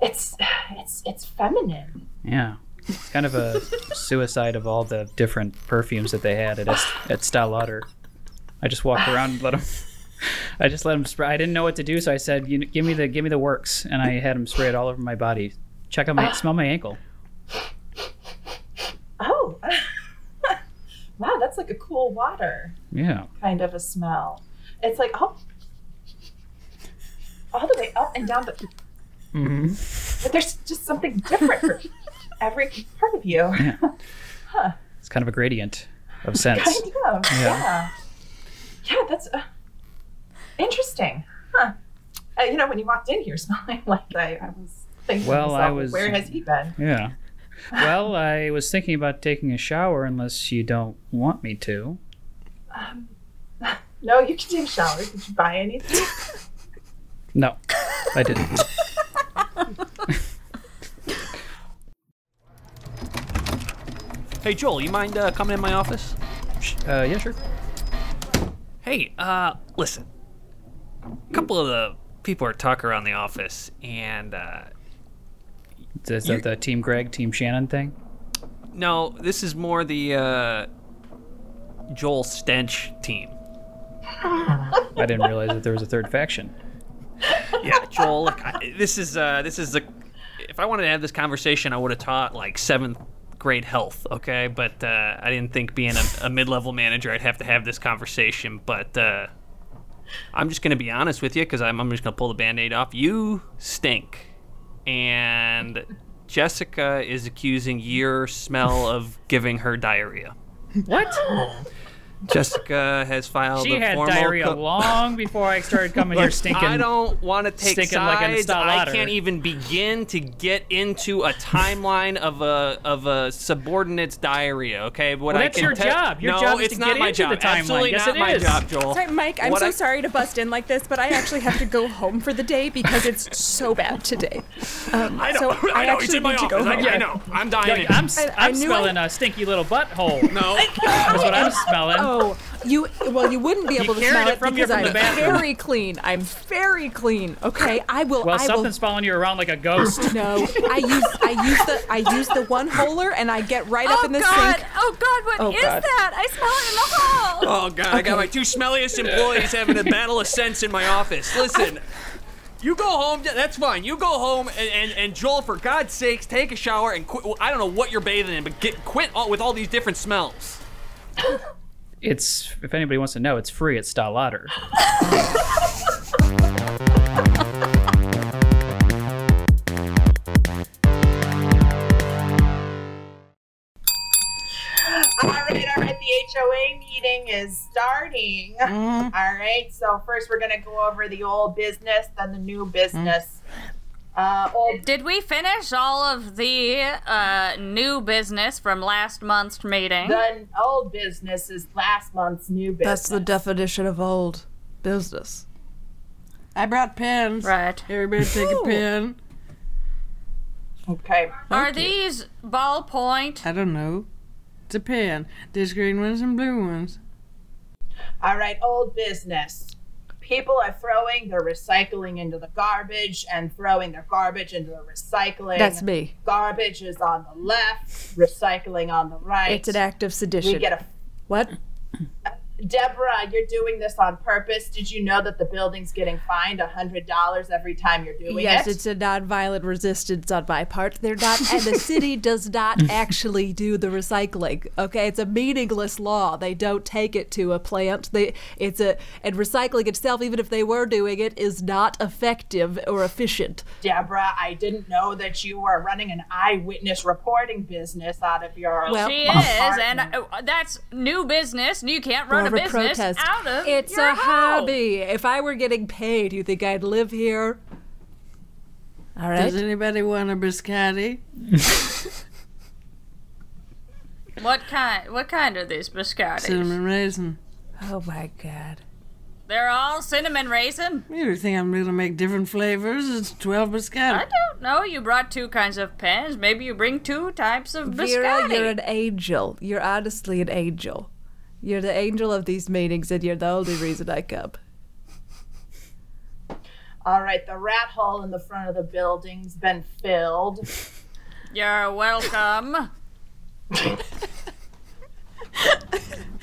[SPEAKER 6] it's, it's, it's feminine.
[SPEAKER 1] Yeah. It's kind of a suicide of all the different perfumes that they had at Est- at Style Lauder. I just walked around and let them. I just let them spray. I didn't know what to do, so I said, you know, "Give me the give me the works," and I had them spray it all over my body. Check out my smell my ankle.
[SPEAKER 6] Oh, wow, that's like a cool water
[SPEAKER 1] Yeah.
[SPEAKER 6] kind of a smell. It's like all, all the way up and down the. But there's just something different for every part of you.
[SPEAKER 1] It's kind of a gradient of sense.
[SPEAKER 6] Kind of, yeah. Yeah, that's uh, interesting. Huh. Uh, you know, when you walked in here smelling like I, I was thinking, to
[SPEAKER 1] Well, I
[SPEAKER 6] myself,
[SPEAKER 1] was-
[SPEAKER 6] where has he been?
[SPEAKER 1] Yeah. Well, I was thinking about taking a shower unless you don't want me to.
[SPEAKER 6] No, you can take a shower. Did you buy anything?
[SPEAKER 1] No, I didn't.
[SPEAKER 9] Hey, Joel, you mind uh, coming in my office?
[SPEAKER 1] Uh, yeah, sure.
[SPEAKER 2] Hey, uh, listen. A couple of the people are talking around the office, and uh,
[SPEAKER 1] Is that the Team Greg, Team Shannon thing?
[SPEAKER 2] no, this is more the uh, Joel Stench team.
[SPEAKER 1] I didn't realize that there was a third faction.
[SPEAKER 2] yeah, Joel. Like, I, this is uh, this is the. If I wanted to have this conversation, I would have taught like seventh grade health. Okay, but uh, I didn't think being a, a mid-level manager, I'd have to have this conversation. But uh, I'm just gonna be honest with you because I'm, I'm just gonna pull the band-aid off. You stink, and Jessica is accusing your smell of giving her diarrhea.
[SPEAKER 1] What?
[SPEAKER 2] Jessica has filed
[SPEAKER 1] She
[SPEAKER 2] a
[SPEAKER 1] had
[SPEAKER 2] formal
[SPEAKER 1] diarrhea
[SPEAKER 2] co-
[SPEAKER 1] long before I started coming here stinking.
[SPEAKER 2] I don't want to take
[SPEAKER 1] stinking like an
[SPEAKER 2] sides. I
[SPEAKER 1] enchilada.
[SPEAKER 2] can't even begin to get into a timeline of a of a subordinate's diarrhea. Okay, what
[SPEAKER 1] Well,
[SPEAKER 2] I
[SPEAKER 1] that's
[SPEAKER 2] can
[SPEAKER 1] your
[SPEAKER 2] te-
[SPEAKER 1] job. Your
[SPEAKER 2] no,
[SPEAKER 1] job is
[SPEAKER 2] it's
[SPEAKER 1] to
[SPEAKER 2] not
[SPEAKER 1] get
[SPEAKER 2] my
[SPEAKER 1] into
[SPEAKER 2] job.
[SPEAKER 1] the timeline.
[SPEAKER 2] Absolutely
[SPEAKER 1] Yes,
[SPEAKER 2] not
[SPEAKER 1] it
[SPEAKER 2] my
[SPEAKER 1] is.
[SPEAKER 2] job, Joel.
[SPEAKER 10] Sorry, Mike, I'm
[SPEAKER 2] What
[SPEAKER 10] so
[SPEAKER 2] I-
[SPEAKER 10] sorry to bust in like this, but I actually have to go home for the day because it's so bad today. Um,
[SPEAKER 2] I know.
[SPEAKER 10] So I,
[SPEAKER 2] I know.
[SPEAKER 10] actually
[SPEAKER 2] It's in my
[SPEAKER 10] need to go
[SPEAKER 2] office. I,
[SPEAKER 10] home.
[SPEAKER 2] I know. I'm
[SPEAKER 1] Yo,
[SPEAKER 2] dying.
[SPEAKER 1] I'm, s-
[SPEAKER 10] I- I
[SPEAKER 1] I'm
[SPEAKER 10] knew
[SPEAKER 1] smelling a stinky little butthole.
[SPEAKER 2] no.
[SPEAKER 1] That's what I'm smelling.
[SPEAKER 4] Oh, you well, you wouldn't be able to
[SPEAKER 1] carried
[SPEAKER 4] smell
[SPEAKER 1] it
[SPEAKER 4] it,
[SPEAKER 1] from you
[SPEAKER 4] because
[SPEAKER 1] from the
[SPEAKER 4] I'm
[SPEAKER 1] bathroom.
[SPEAKER 4] very clean. I'm very clean. Okay, I will.
[SPEAKER 1] Well,
[SPEAKER 4] I will.
[SPEAKER 1] something's following you around like a ghost.
[SPEAKER 4] No, I use I use the I use the one holer and I get right up
[SPEAKER 3] Oh
[SPEAKER 4] in the
[SPEAKER 3] God!
[SPEAKER 4] sink.
[SPEAKER 3] Oh God! What is
[SPEAKER 4] Oh, God.
[SPEAKER 3] that? I smell it in the hall.
[SPEAKER 2] Oh god, I got my two smelliest employees having a battle of sense in my office. Listen. You go home. That's fine. You go home and, and, and Joel, for God's sakes, take a shower and quit. Well, I don't know what you're bathing in, but get quit all, with all these different smells.
[SPEAKER 1] It's if anybody wants to know, it's free at Stalater.
[SPEAKER 6] All right, all right. The HOA meeting is starting.
[SPEAKER 1] Mm.
[SPEAKER 6] All right. So first, we're gonna go over the old business, then the new business.
[SPEAKER 1] Mm.
[SPEAKER 6] Uh, old
[SPEAKER 3] Did we finish all of the uh, new business from last month's meeting?
[SPEAKER 6] the old business is last month's new business.
[SPEAKER 11] That's the definition of old business.
[SPEAKER 7] I brought pens.
[SPEAKER 3] right.
[SPEAKER 7] Everybody take a pen.
[SPEAKER 6] okay.
[SPEAKER 3] Are these ballpoint?
[SPEAKER 7] I don't know. It's a pen. There's green ones and blue ones.
[SPEAKER 6] All right, old business. People are throwing their recycling into the garbage and throwing their garbage into the recycling.
[SPEAKER 11] That's me.
[SPEAKER 6] Garbage is on the left, recycling on the right.
[SPEAKER 11] It's an act of
[SPEAKER 6] We
[SPEAKER 11] sedition.
[SPEAKER 6] get a
[SPEAKER 11] what?
[SPEAKER 6] Deborah, you're doing this on purpose. Did you know that the building's getting fined hundred dollars every time you're doing
[SPEAKER 11] Yes,
[SPEAKER 6] it?
[SPEAKER 11] it's a non-violent resistance on my part. They're not, and the city does not actually do the recycling. Okay, it's a meaningless law. They don't take it to a plant. They, it's a, and recycling itself, even if they were doing it, is not effective or efficient.
[SPEAKER 6] Deborah, I didn't know that you were running an eyewitness reporting business out of your
[SPEAKER 11] Well,
[SPEAKER 3] She is, and uh, that's new business. You can't run a
[SPEAKER 11] Barbara
[SPEAKER 3] business
[SPEAKER 11] protest.
[SPEAKER 3] out of
[SPEAKER 11] It's
[SPEAKER 3] your
[SPEAKER 11] a
[SPEAKER 3] home.
[SPEAKER 11] hobby. If I were getting paid, you think I'd live here? All
[SPEAKER 7] Does
[SPEAKER 11] right.
[SPEAKER 7] anybody want a biscotti?
[SPEAKER 3] What kind? What kind are these biscottis?
[SPEAKER 7] Cinnamon raisin.
[SPEAKER 11] Oh my God.
[SPEAKER 3] They're all cinnamon raisin.
[SPEAKER 7] You don't think I'm gonna make different flavors? It's twelve
[SPEAKER 3] I
[SPEAKER 7] biscotti.
[SPEAKER 3] don't know. You brought two kinds of pens. Maybe you bring two types of
[SPEAKER 11] Vera,
[SPEAKER 3] biscotti.
[SPEAKER 11] you're an angel. You're honestly an angel. You're the angel of these meetings, and you're the only reason I come.
[SPEAKER 6] All right, the rat hole in the front of the building's been filled.
[SPEAKER 3] You're welcome.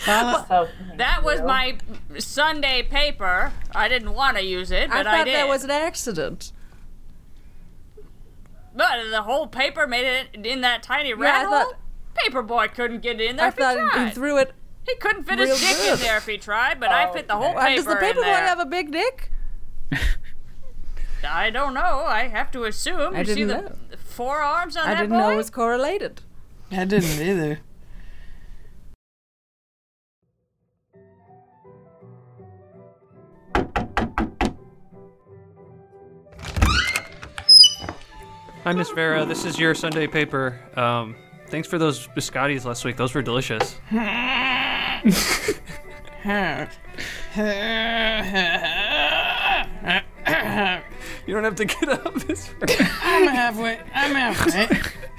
[SPEAKER 6] So
[SPEAKER 3] That was my Sunday paper. I didn't want to use it,
[SPEAKER 11] I
[SPEAKER 3] but I,
[SPEAKER 11] thought
[SPEAKER 3] did.
[SPEAKER 11] that was an accident.
[SPEAKER 3] But the whole paper made it in that tiny rat
[SPEAKER 11] I
[SPEAKER 3] hole.
[SPEAKER 11] thought-
[SPEAKER 3] Paperboy couldn't get in there
[SPEAKER 11] I
[SPEAKER 3] if he
[SPEAKER 11] thought
[SPEAKER 3] tried.
[SPEAKER 11] he threw it.
[SPEAKER 3] He couldn't fit his
[SPEAKER 11] Real
[SPEAKER 3] dick in
[SPEAKER 11] good.
[SPEAKER 3] there if he tried, but I fit the whole
[SPEAKER 11] Uh,
[SPEAKER 3] paper,
[SPEAKER 11] Does the paper boy
[SPEAKER 3] in there.
[SPEAKER 11] have a big dick?
[SPEAKER 3] I don't know. I have to assume.
[SPEAKER 11] I
[SPEAKER 3] you see
[SPEAKER 11] didn't
[SPEAKER 3] the
[SPEAKER 11] know.
[SPEAKER 3] the forearms on
[SPEAKER 11] I
[SPEAKER 3] that
[SPEAKER 11] didn't
[SPEAKER 3] boy?
[SPEAKER 11] know it was correlated.
[SPEAKER 7] I didn't either.
[SPEAKER 2] Hi, Miss Vera. This is your Sunday paper. Um, thanks for those biscottis last week. Those were delicious. You don't have to get up, Miss Vera.
[SPEAKER 7] I'm halfway. I'm halfway.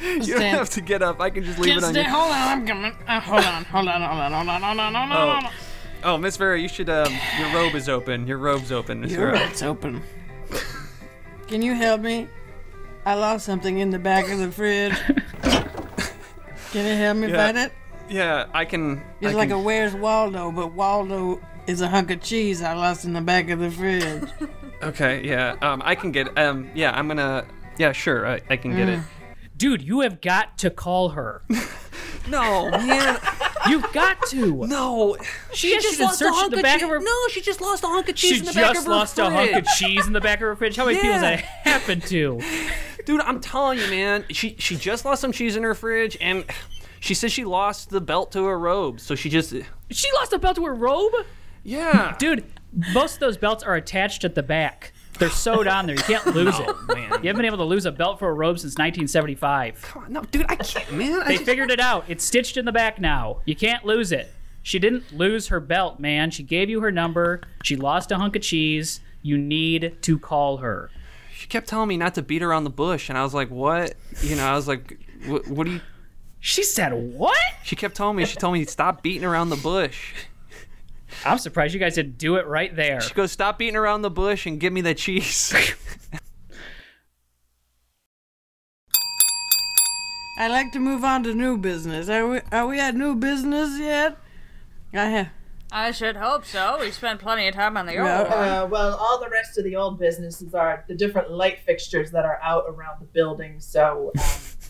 [SPEAKER 2] You don't
[SPEAKER 7] Stand.
[SPEAKER 2] have to get up. I can just leave
[SPEAKER 7] Can't
[SPEAKER 2] it on
[SPEAKER 7] stay.
[SPEAKER 2] you.
[SPEAKER 7] Hold on, I'm coming. Uh, hold on, hold on, hold on, hold on, hold on, hold on, hold on.
[SPEAKER 2] Oh, Miss Vera, you should. Um, your robe is open. Your robe's open, Miss
[SPEAKER 7] Your
[SPEAKER 2] Vera.
[SPEAKER 7] road's open. Can you help me? I lost something in the back of the fridge. Can you help me
[SPEAKER 2] Yeah.
[SPEAKER 7] find it?
[SPEAKER 2] Yeah, I can.
[SPEAKER 7] It's
[SPEAKER 2] I
[SPEAKER 7] like
[SPEAKER 2] can,
[SPEAKER 7] a Where's Waldo, but Waldo is a hunk of cheese I lost in the back of the fridge.
[SPEAKER 2] Okay, yeah. Um, I can get. Um, yeah, I'm gonna. Yeah, sure. I, I can get it.
[SPEAKER 1] Dude, you have got to call her.
[SPEAKER 2] No, man.
[SPEAKER 1] You've got to.
[SPEAKER 2] No.
[SPEAKER 1] She, has to search
[SPEAKER 11] hunk
[SPEAKER 1] the
[SPEAKER 11] of
[SPEAKER 1] back
[SPEAKER 11] chee-
[SPEAKER 1] of her.
[SPEAKER 11] No, she just lost a hunk of cheese
[SPEAKER 1] She
[SPEAKER 11] in the
[SPEAKER 1] just
[SPEAKER 11] back of her
[SPEAKER 1] lost a hunk of
[SPEAKER 11] fridge.
[SPEAKER 1] cheese in the back of her fridge. How many people does that happen to?
[SPEAKER 2] Dude, I'm telling you, man. She she just lost some cheese in her fridge, and she says she lost the belt to her robe. So she just
[SPEAKER 1] She lost a belt to her robe?
[SPEAKER 2] yeah,
[SPEAKER 1] Dude, most of those belts are attached at the back. They're sewed on there. You can't lose it.
[SPEAKER 2] man.
[SPEAKER 1] You haven't been able to lose a belt for a robe since 1975.
[SPEAKER 2] Come on, no, dude, I can't, man. I
[SPEAKER 1] They
[SPEAKER 2] just-
[SPEAKER 1] figured it out. It's stitched in the back now. You can't lose it. She didn't lose her belt, man. She gave you her number. She lost a hunk of cheese. You need to call her.
[SPEAKER 2] she kept telling me not to beat around the bush, and I was like, what? You know, I was like, what, what do you?
[SPEAKER 1] She said, What?
[SPEAKER 2] She kept telling me. She told me stop beating around the bush.
[SPEAKER 1] I'm surprised you guys didn't do it right there.
[SPEAKER 2] She goes, stop beating around the bush and give me the cheese.
[SPEAKER 7] I like to move on to new business. Are we, are we at new business yet? I have.
[SPEAKER 3] I should hope so. We spent plenty of time on the
[SPEAKER 7] Yeah,
[SPEAKER 3] old one.
[SPEAKER 6] Uh, well, all the rest of the old businesses are the different light fixtures that are out around the building. So um,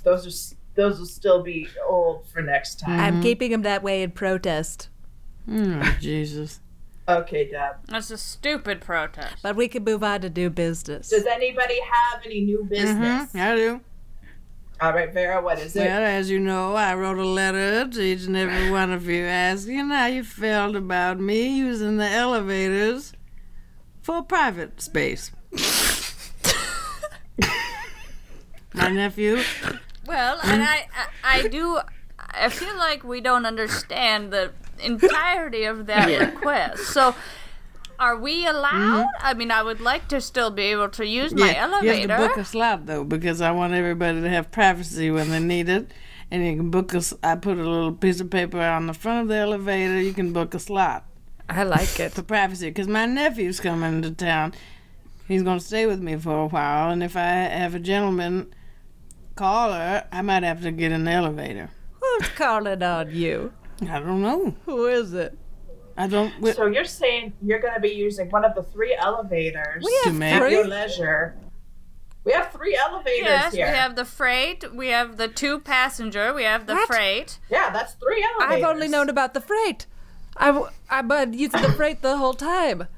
[SPEAKER 6] those are s- those will still be old for next time.
[SPEAKER 11] I'm keeping him that way in protest,
[SPEAKER 7] Oh, Jesus.
[SPEAKER 6] Okay, Deb.
[SPEAKER 3] That's a stupid protest.
[SPEAKER 11] but we can move on to new business.
[SPEAKER 6] Does anybody have any new business?
[SPEAKER 7] Mm-hmm, I do.
[SPEAKER 6] All right, Vera, what is it?
[SPEAKER 7] Well, as you know, I wrote a letter to each and every one of you asking how you felt about me using the elevators for private space. My nephew.
[SPEAKER 3] Well, and I, I, I do, I feel like we don't understand the entirety of that request. So, are we allowed?
[SPEAKER 11] Mm-hmm.
[SPEAKER 3] I mean, I would like to still be able to use my
[SPEAKER 7] You
[SPEAKER 3] elevator.
[SPEAKER 7] have to book a slot though, because I want everybody to have privacy when they need it. And you can book us. I put a little piece of paper on the front of the elevator. You can book a slot
[SPEAKER 10] I like it.
[SPEAKER 7] for privacy, because my nephew's coming to town. He's gonna stay with me for a while, and if I have a gentleman caller, I might have to get an elevator.
[SPEAKER 11] Who's Oh, calling on you?
[SPEAKER 7] I don't know.
[SPEAKER 11] Who is it?
[SPEAKER 7] I don't. We,
[SPEAKER 6] So you're saying you're going to be using one of the three elevators
[SPEAKER 11] We
[SPEAKER 7] To
[SPEAKER 11] have
[SPEAKER 7] make-
[SPEAKER 6] at your
[SPEAKER 11] three.
[SPEAKER 6] leisure? We have three elevators
[SPEAKER 3] Yes, we
[SPEAKER 6] here.
[SPEAKER 3] have the freight, we have the two passenger, we have the freight.
[SPEAKER 6] yeah, that's three elevators.
[SPEAKER 11] I've only known about the freight. I w- I've been using the freight the whole time.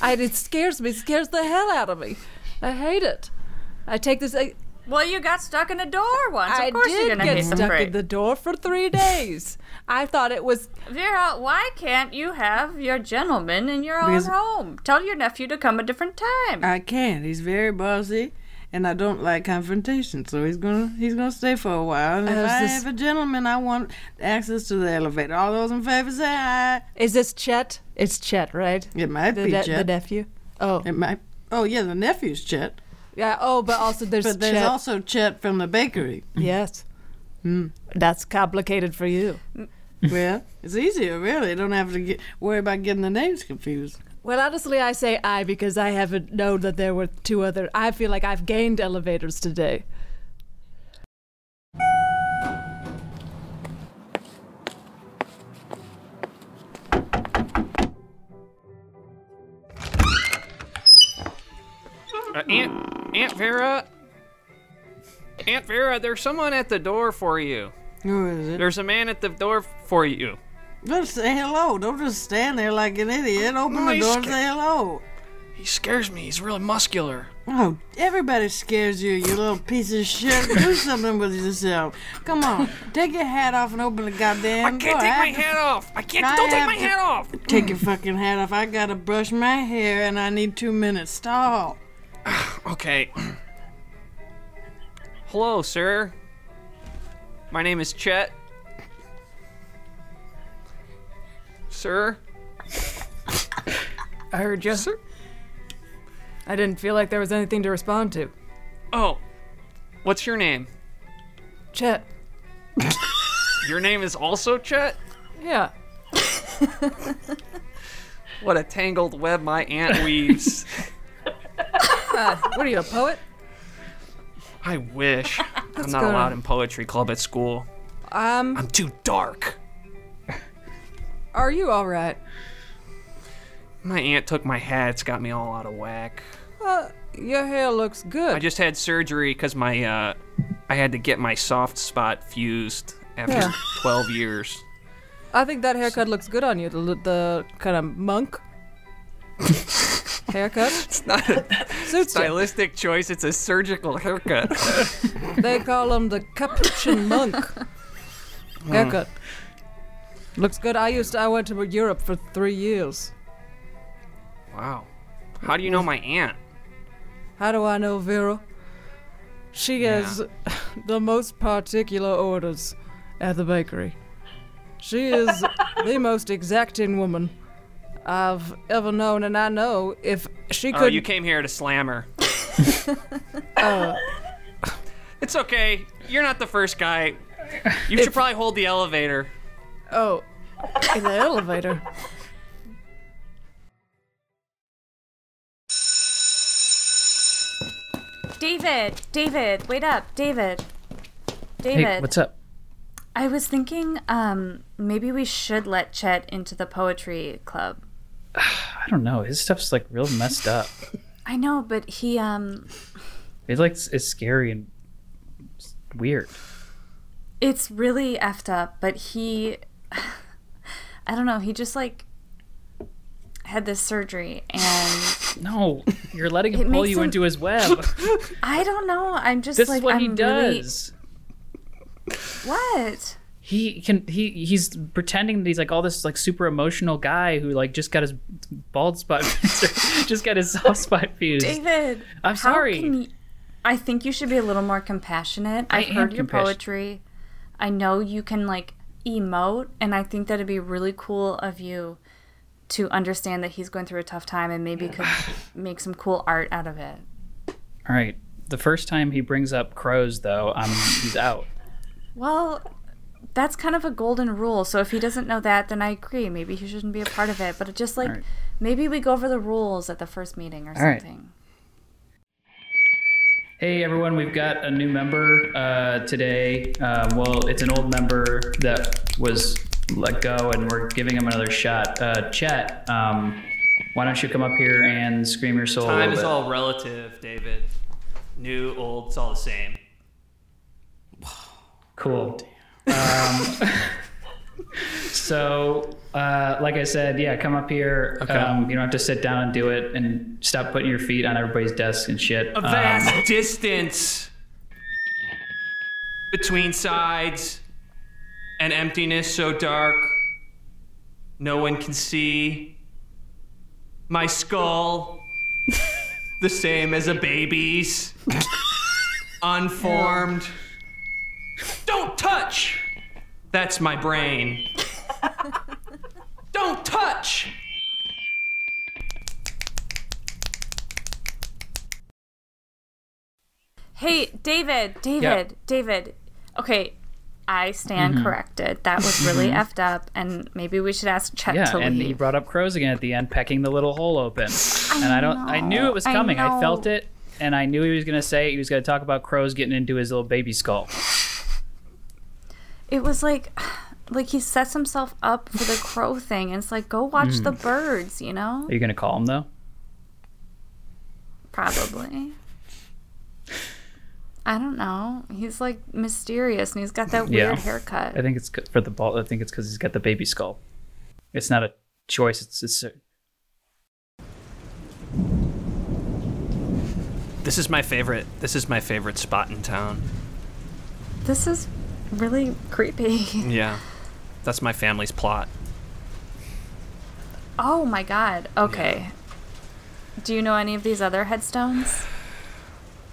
[SPEAKER 11] I, it scares me. Scares the hell out of me. I hate it. I take this. I,
[SPEAKER 3] Well, you got stuck in a door once.
[SPEAKER 11] I
[SPEAKER 3] of course you're
[SPEAKER 11] did
[SPEAKER 3] gonna
[SPEAKER 11] get
[SPEAKER 3] hate the
[SPEAKER 11] stuck
[SPEAKER 3] freight.
[SPEAKER 11] in the door for three days. I thought it was
[SPEAKER 3] Vera, why can't you have your gentleman in your own
[SPEAKER 7] Because-
[SPEAKER 3] home? Tell your nephew to come a different time.
[SPEAKER 7] I can't. He's very bossy, and I don't like confrontation. So he's gonna he's gonna stay for a while. And if
[SPEAKER 11] How's
[SPEAKER 7] I
[SPEAKER 11] this-
[SPEAKER 7] have a gentleman, I want access to the elevator. All those in favor say aye.
[SPEAKER 11] Is this Chet? It's Chet, right?
[SPEAKER 7] It might
[SPEAKER 11] The,
[SPEAKER 7] be
[SPEAKER 11] ne- the
[SPEAKER 7] Chet.
[SPEAKER 11] nephew. Oh,
[SPEAKER 7] it might. Oh yeah, the nephew's Chet,
[SPEAKER 11] yeah. Oh, but also there's,
[SPEAKER 7] but there's
[SPEAKER 11] Chet.
[SPEAKER 7] also Hmm. Chet from the bakery.
[SPEAKER 11] yes. That's complicated for you.
[SPEAKER 7] well, it's easier really. Don't have to get, worry about getting the names confused.
[SPEAKER 11] Well, honestly, I say I because I haven't known that there were two other. I feel like I've gained elevators today.
[SPEAKER 2] Uh, Aunt Aunt Vera. Aunt Vera, there's someone at the door for you.
[SPEAKER 7] Who is it?
[SPEAKER 2] There's a man at the door for you.
[SPEAKER 7] Let's say hello. Don't just stand there like an idiot. Open the
[SPEAKER 2] he's
[SPEAKER 7] door and
[SPEAKER 2] sca-
[SPEAKER 7] say hello.
[SPEAKER 2] He scares me. He's really muscular.
[SPEAKER 7] Oh, everybody scares you, you little piece of shit. Do something with yourself. Come on, take your hat off and open the goddamn
[SPEAKER 2] I can't
[SPEAKER 7] door.
[SPEAKER 2] take
[SPEAKER 7] I
[SPEAKER 2] my
[SPEAKER 7] have to
[SPEAKER 2] hat off. I can't.
[SPEAKER 7] I
[SPEAKER 2] don't take
[SPEAKER 7] have
[SPEAKER 2] my
[SPEAKER 7] to-
[SPEAKER 2] hat off.
[SPEAKER 7] Take your fucking hat off. I gotta brush my hair and I need two minutes. Stall.
[SPEAKER 2] Okay. Hello, sir. My name is Chet. Sir?
[SPEAKER 4] I heard you.
[SPEAKER 2] Sir?
[SPEAKER 4] I didn't feel like there was anything to respond to.
[SPEAKER 2] Oh. What's your name?
[SPEAKER 4] Chet.
[SPEAKER 2] Your name is also Chet?
[SPEAKER 4] Yeah.
[SPEAKER 2] What a tangled web my aunt weaves.
[SPEAKER 4] What are you, a poet?
[SPEAKER 2] I wish. I'm not
[SPEAKER 4] go.
[SPEAKER 2] allowed in poetry club at school.
[SPEAKER 4] Um,
[SPEAKER 2] I'm too dark.
[SPEAKER 4] are you all right?
[SPEAKER 2] My aunt took my hat. It's got me all out of whack.
[SPEAKER 4] Uh, your hair looks good.
[SPEAKER 2] I just had surgery because my uh, I had to get my soft spot fused after
[SPEAKER 4] Yeah.
[SPEAKER 2] 12 years.
[SPEAKER 4] I think that haircut looks good on you. The, l- the kind of monk haircut
[SPEAKER 2] It's not a
[SPEAKER 4] suits you.
[SPEAKER 2] stylistic choice; it's a surgical haircut.
[SPEAKER 4] They call him the Capuchin monk haircut. Looks good. I used to, I went to Europe for three years.
[SPEAKER 2] wow. How do you know my aunt?
[SPEAKER 4] How do I know Vera? She has the most particular orders at the bakery. She is the most exacting woman I've ever known, and I know if she
[SPEAKER 2] Oh,
[SPEAKER 4] could.
[SPEAKER 2] you came here to slam her. Oh. It's okay. You're not the first guy. You should probably hold the elevator.
[SPEAKER 4] oh, in the elevator.
[SPEAKER 3] David, David, wait up, David. David,
[SPEAKER 1] Hey, what's up?
[SPEAKER 3] I was thinking um maybe we should let Chet into the poetry club.
[SPEAKER 1] I don't know. His stuff's like real messed up.
[SPEAKER 3] I know, but he um
[SPEAKER 1] It's like it's scary and s- weird.
[SPEAKER 3] it's really effed up, but he I don't know, he just like had this surgery and
[SPEAKER 1] No, you're letting
[SPEAKER 3] It
[SPEAKER 1] him pull
[SPEAKER 3] makes
[SPEAKER 1] you
[SPEAKER 3] him-
[SPEAKER 1] into his web.
[SPEAKER 3] I don't know. I'm just
[SPEAKER 1] This
[SPEAKER 3] like
[SPEAKER 1] is what
[SPEAKER 3] I'm
[SPEAKER 1] he
[SPEAKER 3] really-
[SPEAKER 1] does.
[SPEAKER 3] what?
[SPEAKER 1] He can he he's pretending that he's like all this like super emotional guy who like just got his bald spot just got his soft spot fused.
[SPEAKER 3] David,
[SPEAKER 1] I'm
[SPEAKER 3] how
[SPEAKER 1] sorry.
[SPEAKER 3] can you- I think you should be a little more compassionate. I've
[SPEAKER 1] am
[SPEAKER 3] heard your
[SPEAKER 1] compassion-
[SPEAKER 3] poetry. I know you can like emote, and I think that'd be really cool of you to understand that he's going through a tough time and maybe could make some cool art out of it.
[SPEAKER 1] All right. The first time he brings up crows though, um he's out.
[SPEAKER 3] Well, that's kind of a golden rule. So if he doesn't know that, then I agree. Maybe he shouldn't be a part of it. But just like
[SPEAKER 1] right.
[SPEAKER 3] maybe we go over the rules at the first meeting or
[SPEAKER 1] right.
[SPEAKER 3] something.
[SPEAKER 1] Hey everyone, we've got a new member uh, today. Uh, well, it's an old member that was let go, and we're giving him another shot. Uh, Chet, um, why don't you come up here and scream your soul? a
[SPEAKER 8] Time
[SPEAKER 1] little
[SPEAKER 8] is
[SPEAKER 1] bit?
[SPEAKER 8] all relative, David. New, old, it's all the same.
[SPEAKER 1] Cool. Um, so, uh, like I said, yeah, come up here. Um, you don't have to sit down and do it, and stop putting your feet on everybody's desk and shit.
[SPEAKER 8] A vast distance between sides, an emptiness so dark, no one can see. My skull, the same as a baby's, unformed. Don't touch! That's my brain. Don't touch!
[SPEAKER 3] Hey, David, David, David. Okay, I stand
[SPEAKER 1] Mm-hmm.
[SPEAKER 3] corrected. That was really effed up, and maybe we should ask Chet
[SPEAKER 1] yeah,
[SPEAKER 3] to
[SPEAKER 1] and he
[SPEAKER 3] leave.
[SPEAKER 1] brought up crows again at the end, pecking the little hole open. and I don't, I knew it was
[SPEAKER 3] I
[SPEAKER 1] coming. I,
[SPEAKER 3] know.
[SPEAKER 1] felt it, and I knew he was gonna say he was gonna talk about crows getting into his little baby skull.
[SPEAKER 3] It was like, like he sets himself up for the crow thing, and it's like, go watch the
[SPEAKER 1] Mm.
[SPEAKER 3] birds, you know?
[SPEAKER 1] Are you gonna call him though?
[SPEAKER 3] Probably. I don't know. He's like mysterious, and he's got that
[SPEAKER 1] Yeah.
[SPEAKER 3] weird haircut.
[SPEAKER 1] I think it's good for the ball. I think it's because he's got the baby skull. It's not a choice. It's, it's a,
[SPEAKER 2] This is my favorite. This is my favorite spot in town.
[SPEAKER 3] This is really creepy.
[SPEAKER 2] Yeah, that's my family's plot.
[SPEAKER 3] Oh my god. Okay. Do you know any of these other headstones?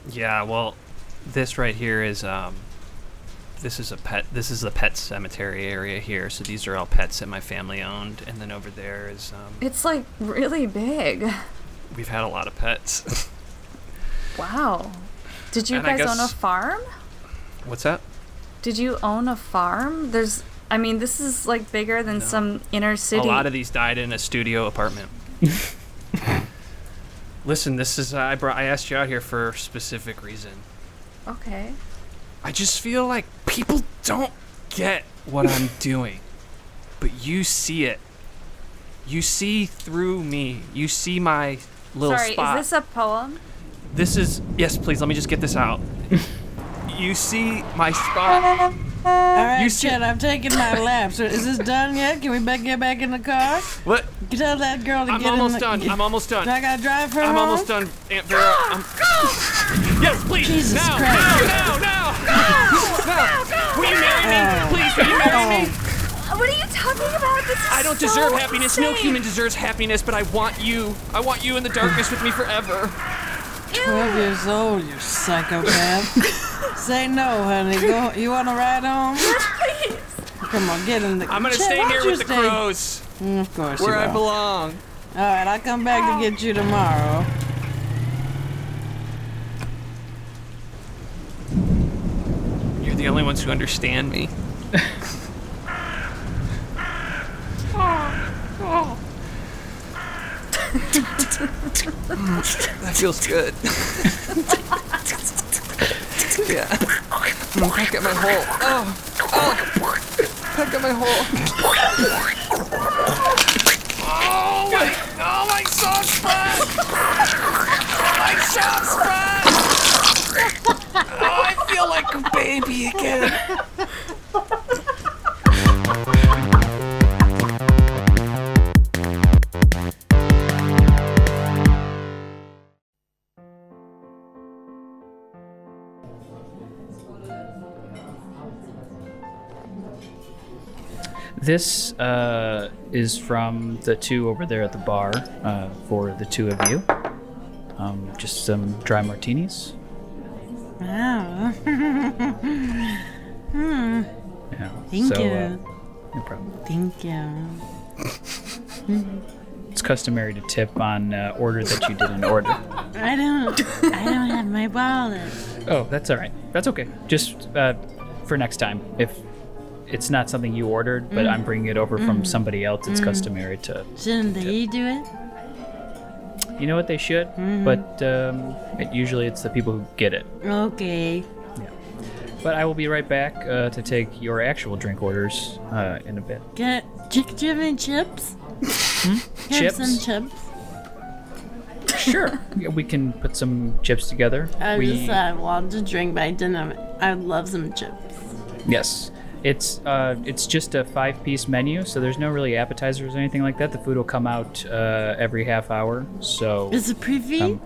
[SPEAKER 2] Yeah, well, this right here is um, this is a pet. This is the pet cemetery area here. So these are all pets that my family owned, and then over there is um,
[SPEAKER 3] It's like really big.
[SPEAKER 2] we've had a lot of pets.
[SPEAKER 3] Wow. Did you
[SPEAKER 2] And I
[SPEAKER 3] guys own a
[SPEAKER 2] guess-
[SPEAKER 3] farm?
[SPEAKER 2] What's that?
[SPEAKER 3] Did you own a farm? There's, I mean, this is like bigger than some inner
[SPEAKER 2] A
[SPEAKER 3] city.
[SPEAKER 2] lot of these died in a studio apartment. Listen, this is I brought. I asked you out here for a specific reason.
[SPEAKER 3] okay.
[SPEAKER 2] I just feel like people don't get what I'm doing. But you see it. You see through me. You see my little
[SPEAKER 3] Sorry,
[SPEAKER 2] spot.
[SPEAKER 3] is this a poem?
[SPEAKER 2] This is yes, please. Let me just get this out. you see my spot.
[SPEAKER 7] All right,
[SPEAKER 2] You
[SPEAKER 7] you
[SPEAKER 2] see-
[SPEAKER 7] shit, I've taken my lap. So is this done yet? Can we back, get back in the car?
[SPEAKER 2] What?
[SPEAKER 7] Tell that girl to
[SPEAKER 2] I'm
[SPEAKER 7] get in
[SPEAKER 2] almost
[SPEAKER 7] the...
[SPEAKER 2] done. I'm almost
[SPEAKER 7] Do I
[SPEAKER 2] done.
[SPEAKER 7] gotta drive her
[SPEAKER 2] I'm
[SPEAKER 7] home?
[SPEAKER 2] almost done, Aunt Vera. I'm... Yes, please.
[SPEAKER 7] Jesus
[SPEAKER 2] now,
[SPEAKER 7] Christ.
[SPEAKER 2] now, now, now, now. Will you marry
[SPEAKER 7] Ah.
[SPEAKER 2] me? Please, will you marry me?
[SPEAKER 3] What are you talking about? This is
[SPEAKER 2] I don't
[SPEAKER 3] so
[SPEAKER 2] deserve happiness. No
[SPEAKER 3] insane.
[SPEAKER 2] human deserves happiness, but I want you. I want you in the darkness with me forever.
[SPEAKER 7] Oh, Twelve years old, you psychopath. Say no, honey. Go. You want to ride home?
[SPEAKER 3] Please.
[SPEAKER 7] Come on, get in the.
[SPEAKER 2] I'm gonna
[SPEAKER 7] Shit,
[SPEAKER 2] stay
[SPEAKER 7] why
[SPEAKER 2] here
[SPEAKER 7] don't
[SPEAKER 2] with
[SPEAKER 7] you
[SPEAKER 2] the
[SPEAKER 7] stay-
[SPEAKER 2] crows,
[SPEAKER 7] Mm, of course
[SPEAKER 2] where
[SPEAKER 7] you
[SPEAKER 2] I
[SPEAKER 7] will.
[SPEAKER 2] belong.
[SPEAKER 7] All right, I'll come back to get you tomorrow.
[SPEAKER 2] You're the only ones who understand me. that feels good. yeah. Mm, Peck at my hole. Oh, oh. Peck at my hole. Oh my, oh my soft spot! My soft spot! Oh, I feel like a baby again.
[SPEAKER 1] This uh, is from the two over there at the bar uh, for the two of you. Um, just some dry martinis.
[SPEAKER 7] Wow.
[SPEAKER 1] Yeah.
[SPEAKER 7] Thank
[SPEAKER 1] so, Uh,
[SPEAKER 7] you.
[SPEAKER 1] no problem.
[SPEAKER 7] Thank you.
[SPEAKER 1] It's customary to tip on uh, order that you didn't order.
[SPEAKER 7] I don't. I don't have my wallet.
[SPEAKER 1] Oh, that's all right. That's okay. Just uh, for next time, if it's not something you ordered,
[SPEAKER 7] Mm.
[SPEAKER 1] but I'm bringing it over from somebody else, it's customary to.
[SPEAKER 7] Shouldn't they do it?
[SPEAKER 1] You know what they should,
[SPEAKER 7] Mm-hmm.
[SPEAKER 1] but um, it, usually it's the people who get it.
[SPEAKER 7] Okay.
[SPEAKER 1] But I will be right back uh, to take your actual drink orders uh, in a bit.
[SPEAKER 7] Got chick chip and chips. Have
[SPEAKER 1] Chips?
[SPEAKER 7] some chips.
[SPEAKER 1] Sure. Yeah, we can put some chips together.
[SPEAKER 7] I
[SPEAKER 1] we,
[SPEAKER 7] just uh, want to drink, but I didn't. I'd love some chips.
[SPEAKER 1] Yes. It's uh, it's just a five piece menu, so there's no really appetizers or anything like that. The food will come out uh, every half hour. So,
[SPEAKER 7] It's a preview.
[SPEAKER 1] Um,